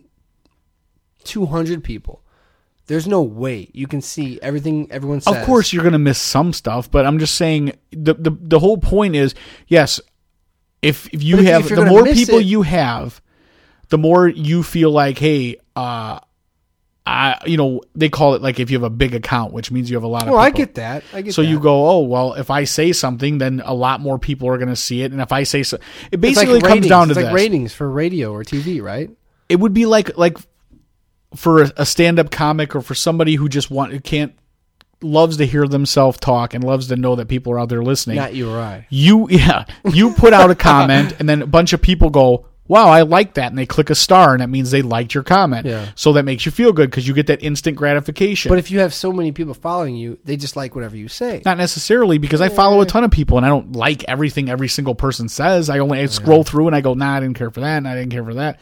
D: 200 people, there's no way you can see everything everyone says.
E: Of course, you're going to miss some stuff, but I'm just saying the the, the whole point is yes. If, if you
D: But if-
E: have
D: if you're
E: the
D: gonna
E: more
D: miss
E: people
D: it-
E: you have, the more you feel like hey, uh, I you know they call it like if you have a big account, which means you have a lot of.
D: Well, Oh, I
E: people.
D: get that. I get
E: So you
D: that.
E: go, oh well. If I say something, then a lot more people are going to see it, and if I say so, it
D: It's like
E: basically comes
D: ratings.
E: down to
D: it's like
E: this
D: ratings for radio or TV, right?
E: it would be like like for a, a stand-up comic or for somebody who just want who can't loves to hear themselves talk and loves to know that people are out there listening
D: Not you or I.
E: you yeah you put out a comment and then a bunch of people go wow, I like that, and they click a star, and that means they liked your comment.
D: Yeah.
E: So that makes you feel good because you get that instant gratification.
D: But if you have so many people following you, they just like whatever you say.
E: Not necessarily because I follow a ton of people and I don't like everything every single person says. I only I scroll through and I go, nah, I didn't care for that and I didn't care for that.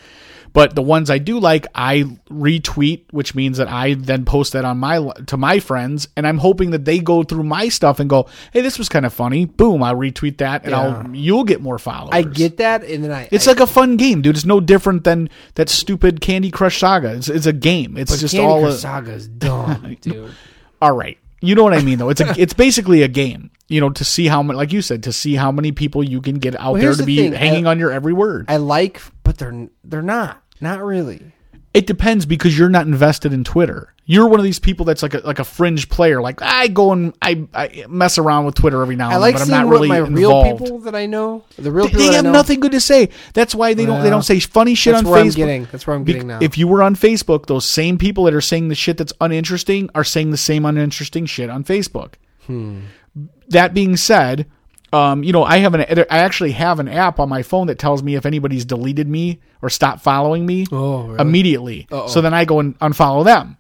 E: But the ones I do like, I retweet, which means that I then post that on my to my friends, and I'm hoping that they go through my stuff and go, "Hey, this was kind of funny." Boom, I'll retweet that, and I'll you'll get more followers.
D: I get that, and then I
E: It's like a fun game, dude. It's no different than that stupid Candy Crush Saga. It's, it's a game. It's
D: I,
E: just
D: Candy
E: all
D: Crush
E: a-
D: Saga is dumb, dude.
E: all right. You know what I mean, though. It's a, it's basically a game. You know, to see how many, like you said, to see how many people you can get out there
D: here's
E: to
D: the
E: be
D: thing.
E: hanging
D: I-
E: on your every word.
D: I like, but they're they're not, not really.
E: it depends because you're not invested in Twitter. You're one of these people that's like a, like a fringe player. Like I go and I, I mess around with Twitter every now and
D: I
E: then,
D: like
E: Mm, but I'm
D: seeing
E: not
D: what
E: really
D: my real
E: involved.
D: people that I know, the real
E: They-
D: people
E: they
D: that I
E: have
D: know-
E: nothing good to say. That's why they don't. They
D: Well,
E: don't say funny shit
D: that's
E: on
D: where I'm
E: Facebook.
D: getting- that's where I'm
E: Be-
D: getting now.
E: If you were on Facebook, those same people that are saying the shit that's uninteresting are saying the same uninteresting shit on Facebook.
D: Hmm.
E: That being said, um, you know, I have an. I actually have an app on my phone that tells me if anybody's deleted me or stopped following me
D: Oh, really?
E: immediately. So then I go and unfollow them.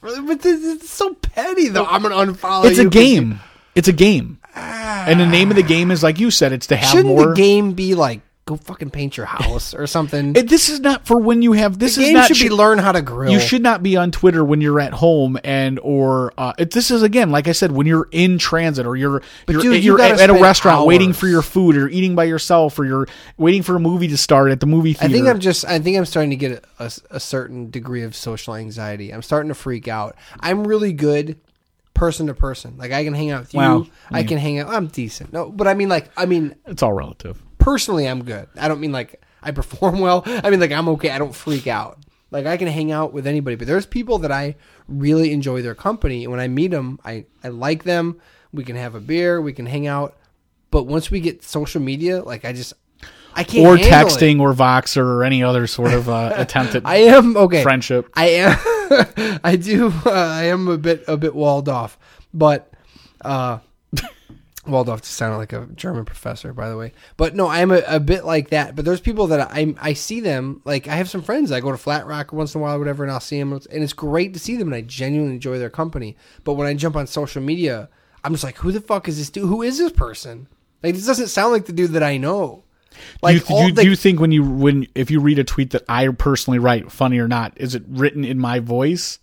D: But this is so petty, though. I'm gonna unfollow.
E: It's a
D: Oh, you 'cause you-
E: game. It's a game. And the name of the game is like you said. It's to have
D: Shouldn't
E: more.
D: the game be like go fucking paint your house or something?
E: It- Eh, this is not for when you have. This
D: the
E: is
D: game
E: not
D: should be
E: shit-
D: learn how to grill.
E: You should not be on Twitter when you're at home and or uh, it, this is again, like I said, when you're in transit or you're you're,
D: dude, you
E: you're
D: gotta
E: at, at a
D: spend
E: restaurant waiting for
D: hours.
E: your food or eating by yourself or you're waiting for a movie to start at the movie
D: I
E: theater.
D: think I'm just. I think I'm starting to get a, a- a certain degree of social anxiety. I'm starting to freak out. I'm really good person to person. Like I can hang out with you.
E: Wow.
D: I can hang out. I'm decent. No, but I mean, like, I mean,
E: it's all relative.
D: personally, I'm good. I don't mean like I perform well. I mean like I'm okay. I don't freak out. Like I can hang out with anybody. But there's people that I really enjoy their company, and when I meet them, I I like them. We can have a beer. We can hang out. But once we get social media, like I just I can't
E: Or
D: handle it.
E: texting or Voxer or any other sort of uh, attempt at
D: I am okay.
E: friendship.
D: I am. I do. Uh, I am a bit a bit walled off, but uh, walled off just sounded like a German professor, by the way. But no, I'm a, a bit like that. But there's people that I I see them. Like I have some friends. I go to Flat Rock once in a while, or whatever, and I'll see them, and it's great to see them, and I genuinely enjoy their company. But when I jump on social media, I'm just like, who the fuck is this dude? Who is this person? Like this doesn't sound like the dude that I know.
E: Do
D: Like
E: you,
D: all
E: do, you,
D: the-
E: do you think when you when if you read a tweet that I personally write, funny or not, is it written in my voice?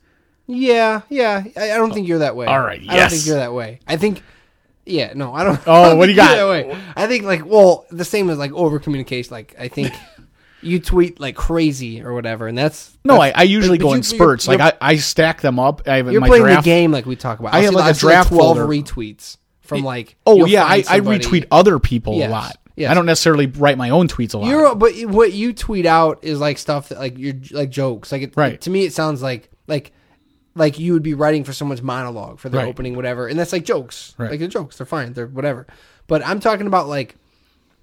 D: Yeah, yeah. I, I don't think you're that way.
E: All right,
D: I don't
E: yes.
D: think you're that way. I think. Yeah. No, I don't.
E: Oh,
D: I don't
E: what do you
D: think
E: got?
D: you're That way. I think like well, the same as like over communication. Like I think you tweet like crazy or whatever, and that's
E: No, I,
D: that's-
E: I usually
D: but-
E: go
D: but
E: in
D: you-
E: spurts.
D: you're-
E: Like I, I stack them up. I have in
D: you're
E: my
D: playing
E: draft.
D: the game like we talk about.
E: I
D: I'll
E: have,
D: see,
E: like, a
D: I'll see,
E: draft
D: twelve
E: folder.
D: retweets from like.
E: Oh
D: you'll
E: yeah, I,
D: find
E: I
D: somebody-
E: retweet other people
D: Yes,
E: a lot.
D: yes.
E: I don't necessarily write my own tweets a lot.
D: You're but what you tweet out is like stuff that like you're like jokes. Like it,
E: Right.
D: to me, it sounds like like like you would be writing for someone's monologue for their
E: Right.
D: opening whatever, and that's like jokes.
E: Right.
D: Like they're jokes. They're fine. They're whatever. But I'm talking about like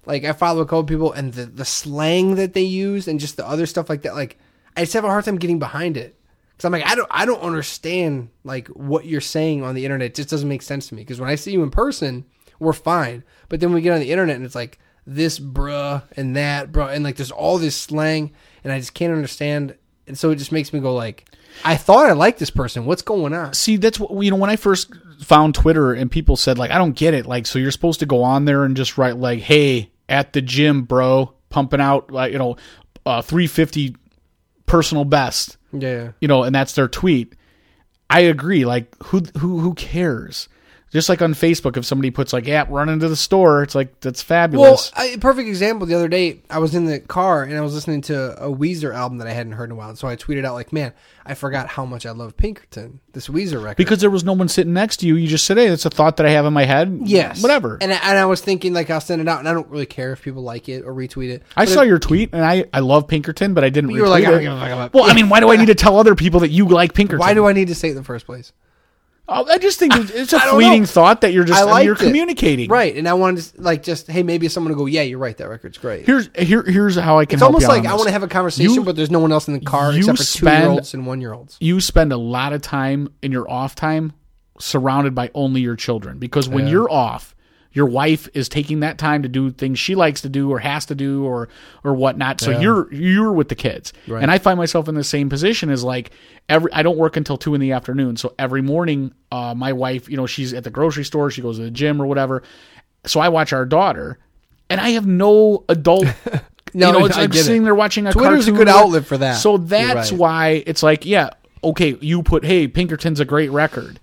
D: like I follow a couple people and the the slang that they use and just the other stuff like that. Like I just have a hard time getting behind it. Cause I'm like I don't I don't understand like what you're saying on the internet. It just doesn't make sense to me. Because when I see you in person, we're fine. But then we get on the internet and it's like this bruh and that bruh and like there's all this slang and I just can't understand. And so it just makes me go like, I thought I liked this person. What's going on?
E: see that's what you know when i first found twitter and people said like i don't get it like so you're supposed to go on there and just write like hey at the gym bro pumping out like you know uh, 350 personal best
D: Yeah.
E: you know and that's their tweet i agree like who who who cares just like on facebook if somebody puts like yeah run into the store it's like that's
D: Well,
E: fabulous
D: I, perfect example. The other day, I was in the car and I was listening to a Weezer album that I hadn't heard in a while. And so I tweeted out like, "Man, I forgot how much I love Pinkerton, this Weezer record."
E: because there was no one sitting next to you you just said hey that's a thought that i have in my head
D: yes,
E: whatever
D: And I, and I was thinking like I'll send it out, and I don't really care if people like it or retweet it.
E: I
D: But
E: saw
D: if-
E: your tweet, and I, I love Pinkerton, but I didn't.
D: You were like,
E: retweet
D: I don't
E: it.
D: give a fuck about-
E: Well, I mean, why do I need to tell other people that you like Pinkerton?
D: Why do I need to say it in the first place?
E: Oh, I just think it's- it's a
D: I don't
E: fleeting
D: know.
E: thought that you're just
D: I liked
E: you're
D: it.
E: communicating.
D: Right, and I wanted to s- like just hey, maybe someone will go, "Yeah, you're right. That record's great."
E: Here's here here's how I can.
D: it's
E: help
D: almost
E: you out
D: like I
E: on
D: want to
E: this.
D: have a conversation,
E: You-
D: but there's no one else in the car
E: you
D: except for
E: spend-
D: two-year-olds and one-year-olds.
E: You spend a lot of time in your off time surrounded by only your children because when you're off, your wife is taking that time to do things she likes to do or has to do or or whatnot. So you're you're with the kids, and I find myself in the same position as like every I don't work until two in the afternoon, so every morning uh, my wife, you know, she's at the grocery store, she goes to the gym or whatever, so I watch our daughter, and I have no adult.
D: No,
E: you know, it's
D: I
E: like
D: get it.
E: sitting there watching a
D: Twitter's a
E: cartoon
D: good
E: or-
D: outlet for that.
E: So
D: You're
E: that's
D: right.
E: why it's like, yeah, okay, you put, hey, Pinkerton's a great record.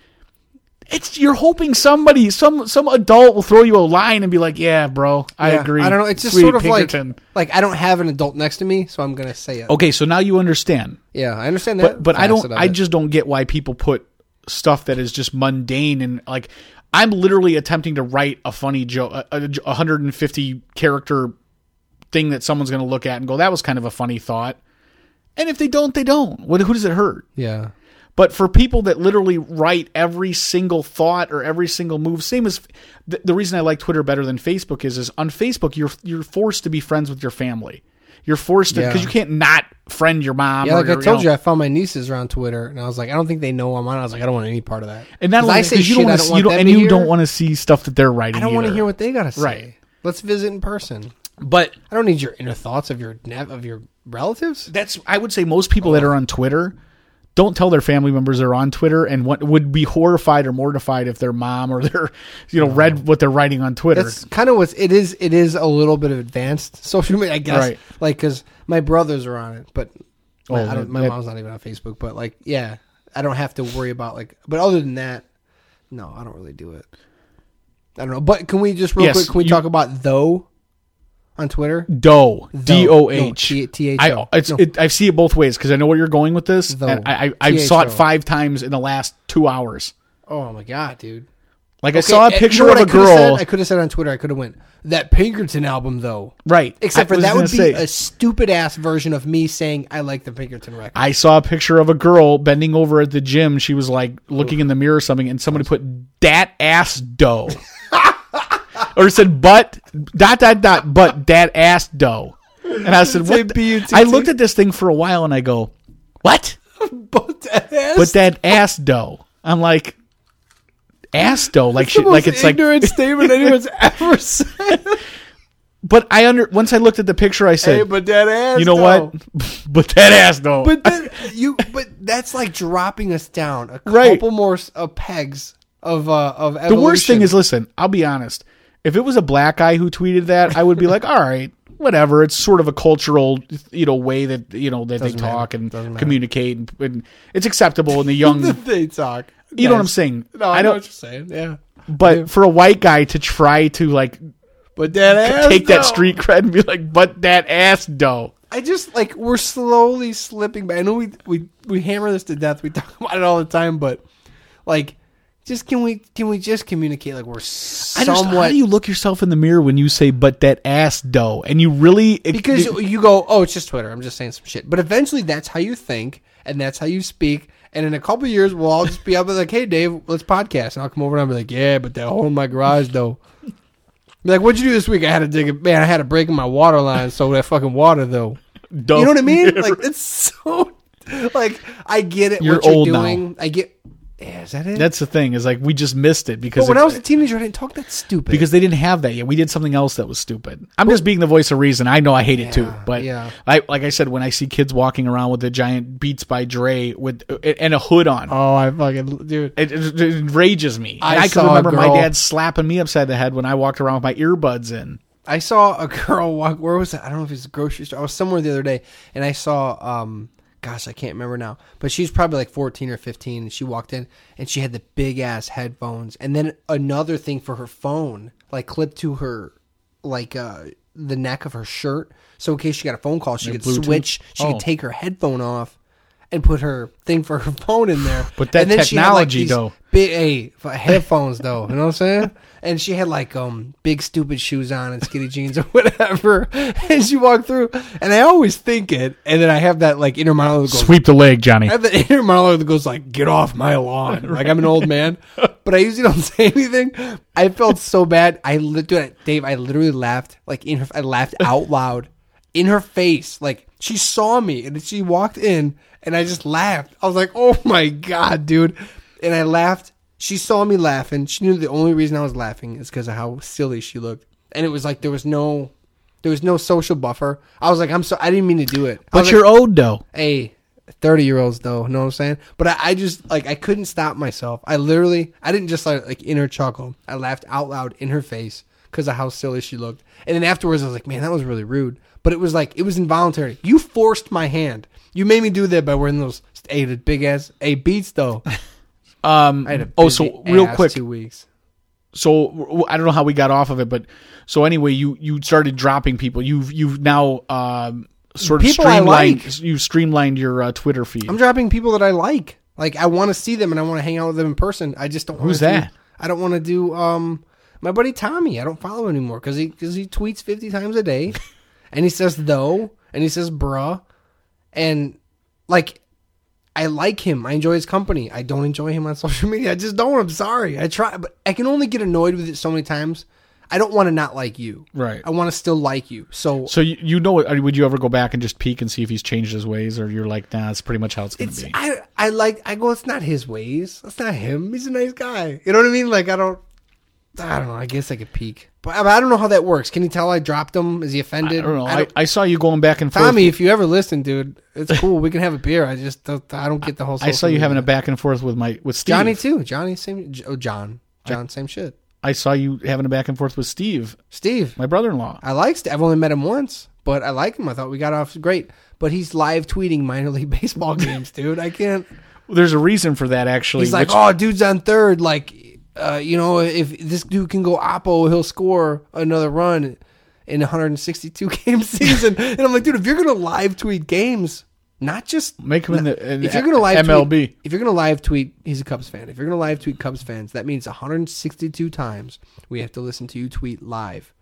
E: It's you're hoping somebody, some some adult will throw you a line and be like, yeah, bro, I
D: Yeah,
E: agree.
D: I don't know. It's just
E: Sweet
D: sort of
E: Pinkerton.
D: like like I don't have an adult next to me, so I'm gonna say it.
E: okay, so now you understand,
D: Yeah, I understand that.
E: but but I
D: facet
E: don't,
D: of
E: I
D: it.
E: just don't get why people put stuff that is just mundane and like. I'm literally attempting to write a funny joke, a, a 150 character thing that someone's going to look at and go, "That was kind of a funny thought." And if they don't, they don't. What? Who does it hurt?
D: yeah.
E: But for people that literally write every single thought or every single move, same as the, the reason I like Twitter better than Facebook is, is on Facebook you're you're forced to be friends with your family. You're forced to because
D: Yeah.
E: you can't not friend your mom.
D: Yeah,
E: or
D: like I
E: your,
D: told you,
E: know-
D: I found my nieces around Twitter, and I was like, I don't think they know I'm on. I was like, I don't want any part of that.
E: and not
D: 'Cause
E: only
D: I
E: that, 'cause you
D: shit
E: don't
D: I
E: want to, you
D: want
E: don't,
D: them
E: and you
D: hear.
E: don't want to see stuff that they're writing.
D: I don't
E: want to
D: hear what they gotta say.
E: Right.
D: Let's visit in person.
E: But
D: I don't need your inner thoughts of your nev- of your relatives.
E: that's I would say most people that are on Twitter don't tell their family members they're on Twitter and what would be horrified or mortified if their mom or their you know read what they're writing on Twitter.
D: That's kind of what's it is. It is a little bit of advanced social media, I guess.
E: Right.
D: Like because my brothers are on it, but my,
E: Oh,
D: I don't, my
E: that-
D: mom's not even on Facebook. But like, yeah, I don't have to worry about like. But other than that, no, I don't really do it. I don't know. But can we just real
E: Yes,
D: quick? Can we
E: you-
D: talk about though on Twitter?
E: Doe. D O
D: No,
E: H.
D: T- T H O.
E: I it's
D: No.
E: it, I see it both ways because I know where you're going with this.
D: Though.
E: And I, I I
D: T H
E: saw it
D: O.
E: five times in the last two hours.
D: Oh my god, dude!
E: Like I saw a
D: Okay, you
E: picture
D: know
E: of a
D: what I could've
E: girl.
D: Said? I could have said on Twitter. I could have went that Pinkerton album though.
E: right.
D: Except
E: I
D: for
E: was
D: that
E: gonna
D: would be
E: say,
D: a stupid ass version of me saying I like the Pinkerton record.
E: I saw a picture of a girl bending over at the gym. She was like looking in the mirror or something, and somebody put dat ass dough. or it said but dot dot dot but dat ass dough. And I said, what? the-
D: B-U-T-T.
E: I looked at this thing for a while and I go, what?
D: but that ass,
E: but that ass dough. I'm like ass dough, like
D: the
E: shit, like
D: most
E: it's like.
D: ignorant statement anyone's ever said.
E: But I under once I looked at the picture, I said,
D: Hey, but that ass.
E: you know
D: though.
E: what? but that ass dough.
D: But that, you but that's like dropping us down a couple
E: Right.
D: more s- uh, pegs of uh, of
E: the worst
D: evolution.
E: thing is, listen, I'll be honest. If it was a black guy who tweeted that, I would be like, all right, whatever. It's sort of a cultural, you know, way that you know that they talk and communicate, and, and it's acceptable in the young. you
D: they talk.
E: know what I'm saying?
D: No, I, know what you're saying. Yeah.
E: But for a white guy to try to like
D: But that ass
E: take that
D: though.
E: street cred and be like, but that ass dough.
D: I just like we're slowly slipping back. I know we we we hammer this to death. We talk about it all the time, but like, just can we can we just communicate like we're
E: I just,
D: somewhat
E: how do you look yourself in the mirror when you say "but that ass dough" and you really it,
D: because
E: it-
D: you go, oh, it's just Twitter. I'm just saying some shit. But eventually, that's how you think and that's how you speak. And in a couple of years, we'll all just be up and like, hey, Dave, let's podcast. And I'll come over and I'll be like, yeah, but that hole in my garage though. Be like, what'd you do this week? I had to dig it. Man, I had a break in my water line, so that fucking water though.
E: dough.
D: You know what I mean? Like it's so like I get it.
E: You're
D: what you're
E: old now.
D: doing. I get. Yeah, is that it?
E: That's the thing is like we just missed it because
D: but when
E: it-
D: I was a teenager, I didn't talk that stupid.
E: because they didn't have that yet. We did something else that was stupid. I'm just being the voice of reason. I know I hate it too, but
D: yeah.
E: I like I said when I see kids walking around with the giant Beats by Dre with and a hood on.
D: oh, I fucking dude.
E: It, it, it enrages me.
D: I
E: And I, can
D: saw a
E: remember my
D: girl-
E: dad slapping me upside the head when I walked around with my earbuds in.
D: I saw a girl walk. Where was it? I don't know if it was a grocery store. I was somewhere the other day, and I saw. um Gosh, I can't remember now. But she's probably like 14 or 15, and she walked in, and she had the big ass headphones, and then another thing for her phone, like clipped to her, like uh the neck of her shirt, so in case she got a phone call, she could
E: Bluetooth?
D: switch. She
E: Oh.
D: could take her headphone off. And put her thing for her phone in there.
E: But that
D: And then she had,
E: technology,
D: these
E: though.
D: big hey, f- headphones though. You know what I'm saying? And she had like um big stupid shoes on and skinny jeans or whatever. And she walked through, and I always think it, and then I have that like inner monologue. That goes,
E: Sweep the leg, Johnny.
D: I have the inner monologue that goes like, "Get off my lawn!" Like I'm an old man, but I usually don't say anything. I felt so bad. I lit- dude, Dave, I literally laughed like in her. I laughed out loud in her face. Like she saw me and she walked in, and I just laughed. I was like, "Oh my god, dude!" And I laughed She saw me laughing. She knew the only reason I was laughing is because of how silly she looked, and it was like there was no, there was no social buffer. I was like, I'm so I didn't mean to do it. I
E: But
D: was
E: you're
D: like,
E: old though.
D: hey, thirty year olds though. Know what I'm saying? But I, I just like I couldn't stop myself. I literally I didn't just like like in her chuckle. I laughed out loud in her face because of how silly she looked. And then afterwards, I was like, man, that was really rude. But it was like it was involuntary. You forced my hand. You made me do that by wearing those hey, the big ass a beats though.
E: Um,
D: I had a
E: oh, so
D: busy
E: real
D: ass
E: quick,
D: two weeks.
E: so w- w- I don't know how we got off of it, but so anyway, you you started dropping people. You've you've now um, sort of
D: People I
E: streamlined.
D: like.
E: You've streamlined your uh, Twitter feed.
D: I'm dropping people that I like. Like I want to see them and I want to hang out with them in person. I just don't. wanna
E: Who's
D: do-
E: that?
D: I don't want to do. Um, my buddy Tommy. I don't follow him anymore because he because he tweets 50 times a day, and he says though, and he says bruh, and like. I like him. I enjoy his company. I don't enjoy him on social media. I just don't. I'm sorry. I try, but I can only get annoyed with it so many times. I don't want to not like you.
E: Right.
D: I want to still like you. So
E: so you, you know, I mean, would you ever go back and just peek and see if he's changed his ways, or you're like, nah, that's pretty much how it's going
D: it's
E: to be.
D: I I like I go. It's not his ways. It's not him. He's a nice guy. You know what I mean? Like I don't. I don't know. I guess I could peek, but I, but I don't know how that works. Can you tell I dropped him? Is he offended?
E: I don't know. I,
D: don't-
E: I saw you going back and forth.
D: Tommy, if you ever listen, dude, it's cool. We can have a beer. I just don't, I don't get the whole.
E: I saw
D: social
E: you
D: media.
E: having a back and forth with my with Steve.
D: Johnny too. Johnny same. J- Oh, John. John same shit.
E: I saw you having a back and forth with Steve,
D: Steve.
E: my brother-in-law.
D: I like. Steve. I've only met him once, but I like him. I thought we got off great. But he's live tweeting minor league baseball games, dude. I can't.
E: There's a reason for that, actually.
D: He's like,
E: which-
D: oh, dude's on third. Like, uh, you know, if this dude can go oppo, he'll score another run in a 162 game season. and I'm like, dude, if you're gonna live tweet games, not just
E: Make him in the- in
D: if you're gonna live
E: MLB.
D: tweet, if you're gonna live tweet, he's a Cubs fan. If you're gonna live tweet Cubs fans, that means 162 times we have to listen to you tweet live.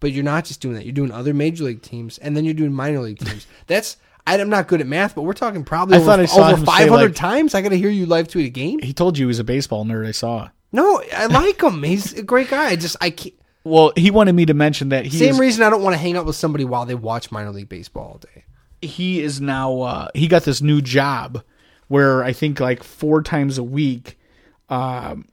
D: But you're not just doing that. You're doing other major league teams, and then you're doing minor league teams. That's I- I'm not good at math, but we're talking probably
E: I
D: over,
E: thought I saw
D: over
E: him say,
D: 500
E: like-
D: times. I got to hear you live tweet a game.
E: he told you he was a baseball nerd. I saw.
D: No, I like him. He's a great guy. I just I can't.
E: Well, he wanted me to mention that he
D: Same
E: is,
D: reason I don't want to hang out with somebody while they watch minor league baseball all day.
E: he is now uh, he got this new job where I think like four times a week, um,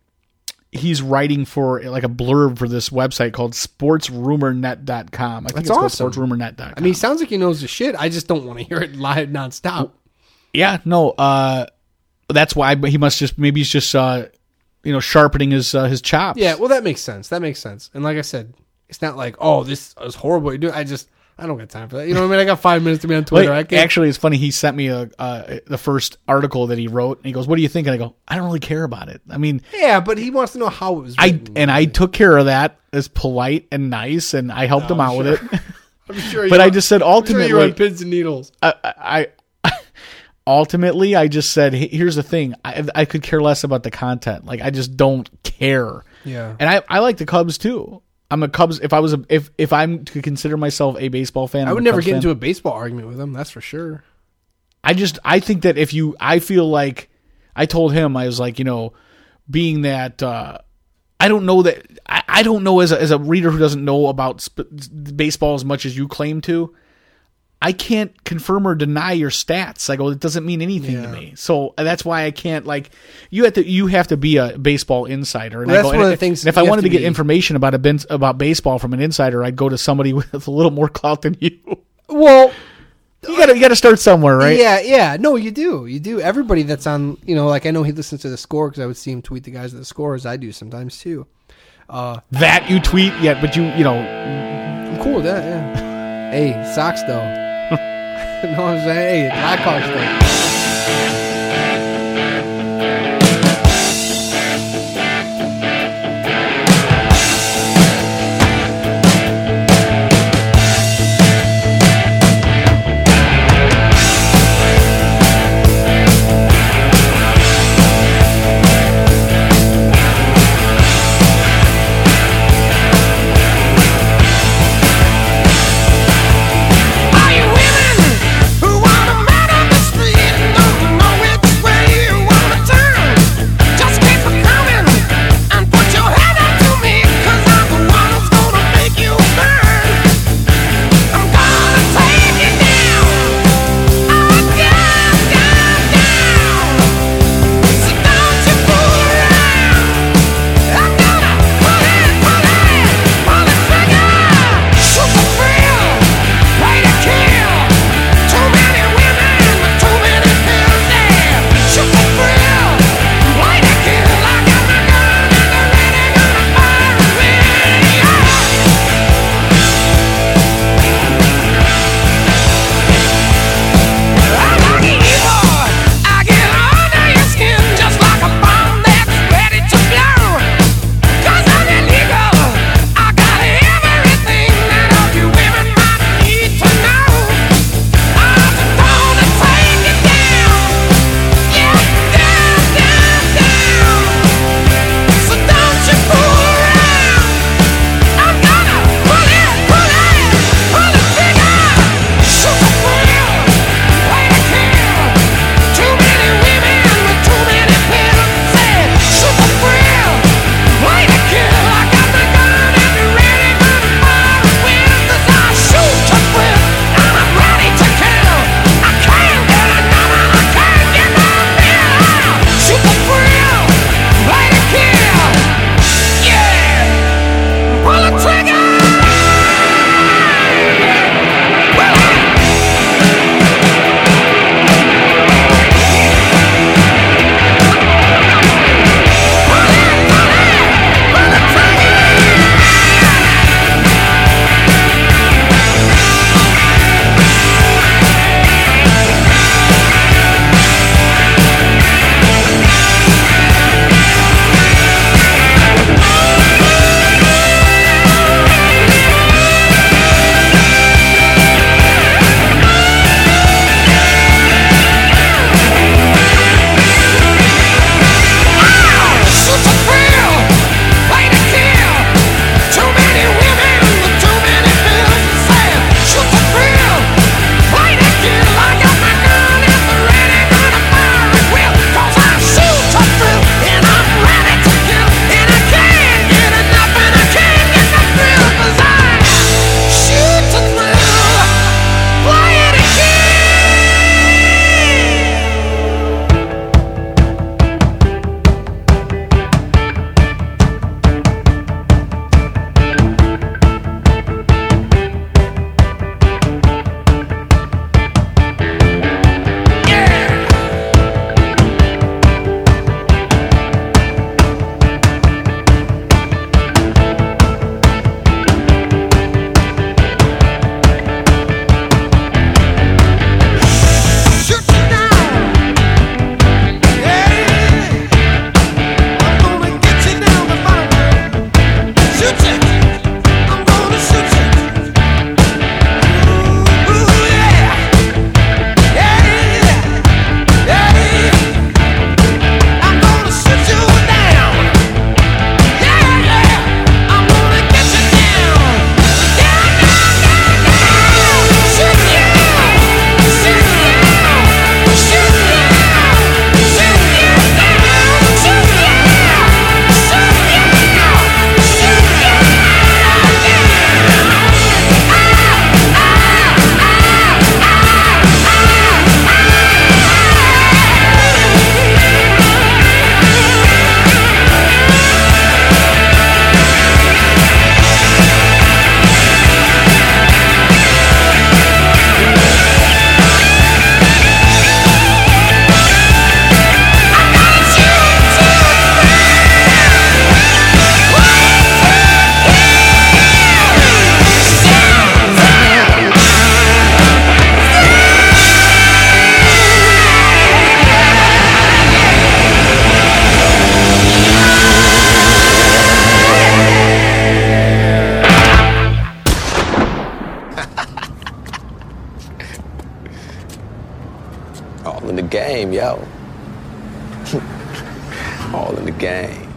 E: he's writing for like a blurb for this website called SportsRumorNet.com. I think
D: That's
E: it's
D: awesome.
E: called SportsRumorNet.com.
D: I mean, he sounds like he knows the shit. I just don't want to hear it live nonstop.
E: Yeah, no. Uh, that's why he must just maybe he's just uh, you know sharpening his uh, his chops.
D: Yeah, well, that makes sense. That makes sense. And like I said, it's not like oh, this is horrible. what You're doing. I just I don't got time for that. You know what I mean? I got five minutes to be on
E: Wait,
D: Twitter. I can't.
E: actually, it's funny. He sent me a uh, the first article that he wrote, and he goes, "What do you think?" And I go, "I don't really care about it. I mean,
D: yeah, but he wants to know how it was.
E: I
D: Written.
E: and I took care of that as polite and nice, and I helped him out with it.
D: I'm sure.
E: But
D: you-
E: I just said
D: I'm sure Oh, you're on
E: ultimately,
D: pins and needles.
E: I, I, I ultimately I just said, "Hey, "Here's the thing. I, I could care less about the content. Like I just don't care."
D: Yeah.
E: and I, I like the Cubs too. I'm a Cubs. If I was a, if if I'm to consider myself a baseball fan,
D: I would never get into a baseball argument with him. That's for sure.
E: I just I think that if you, I feel like I told him I was like you know, being that uh, I don't know that I, I don't know as a, as a reader who doesn't know about sp- baseball as much as you claim to. I can't confirm or deny your stats. I go, it doesn't mean anything to
D: Yeah.
E: me. So uh, that's why I can't like you have to you have to be a baseball insider. And
D: Well,
E: I go,
D: that's
E: and
D: one of the
E: if-
D: things
E: and if I
D: you have
E: wanted to,
D: to
E: get
D: be-
E: information about a ben- about baseball from an insider, I'd go to somebody with a little more clout than you.
D: Well,
E: you got to you got to start somewhere, right?
D: Yeah, yeah. No, you do. You do. Everybody that's on, you know, like I know he listens to the score because I would see him tweet the guys at the score as I do sometimes too.
E: that you tweet yet, but you you know
D: I'm cool with that, yeah. hey, socks though. you know what I'm saying? Hey, Blackhawks though.
C: Are you women who are the man on the street and don't know
H: All in the game, yo. All in the game.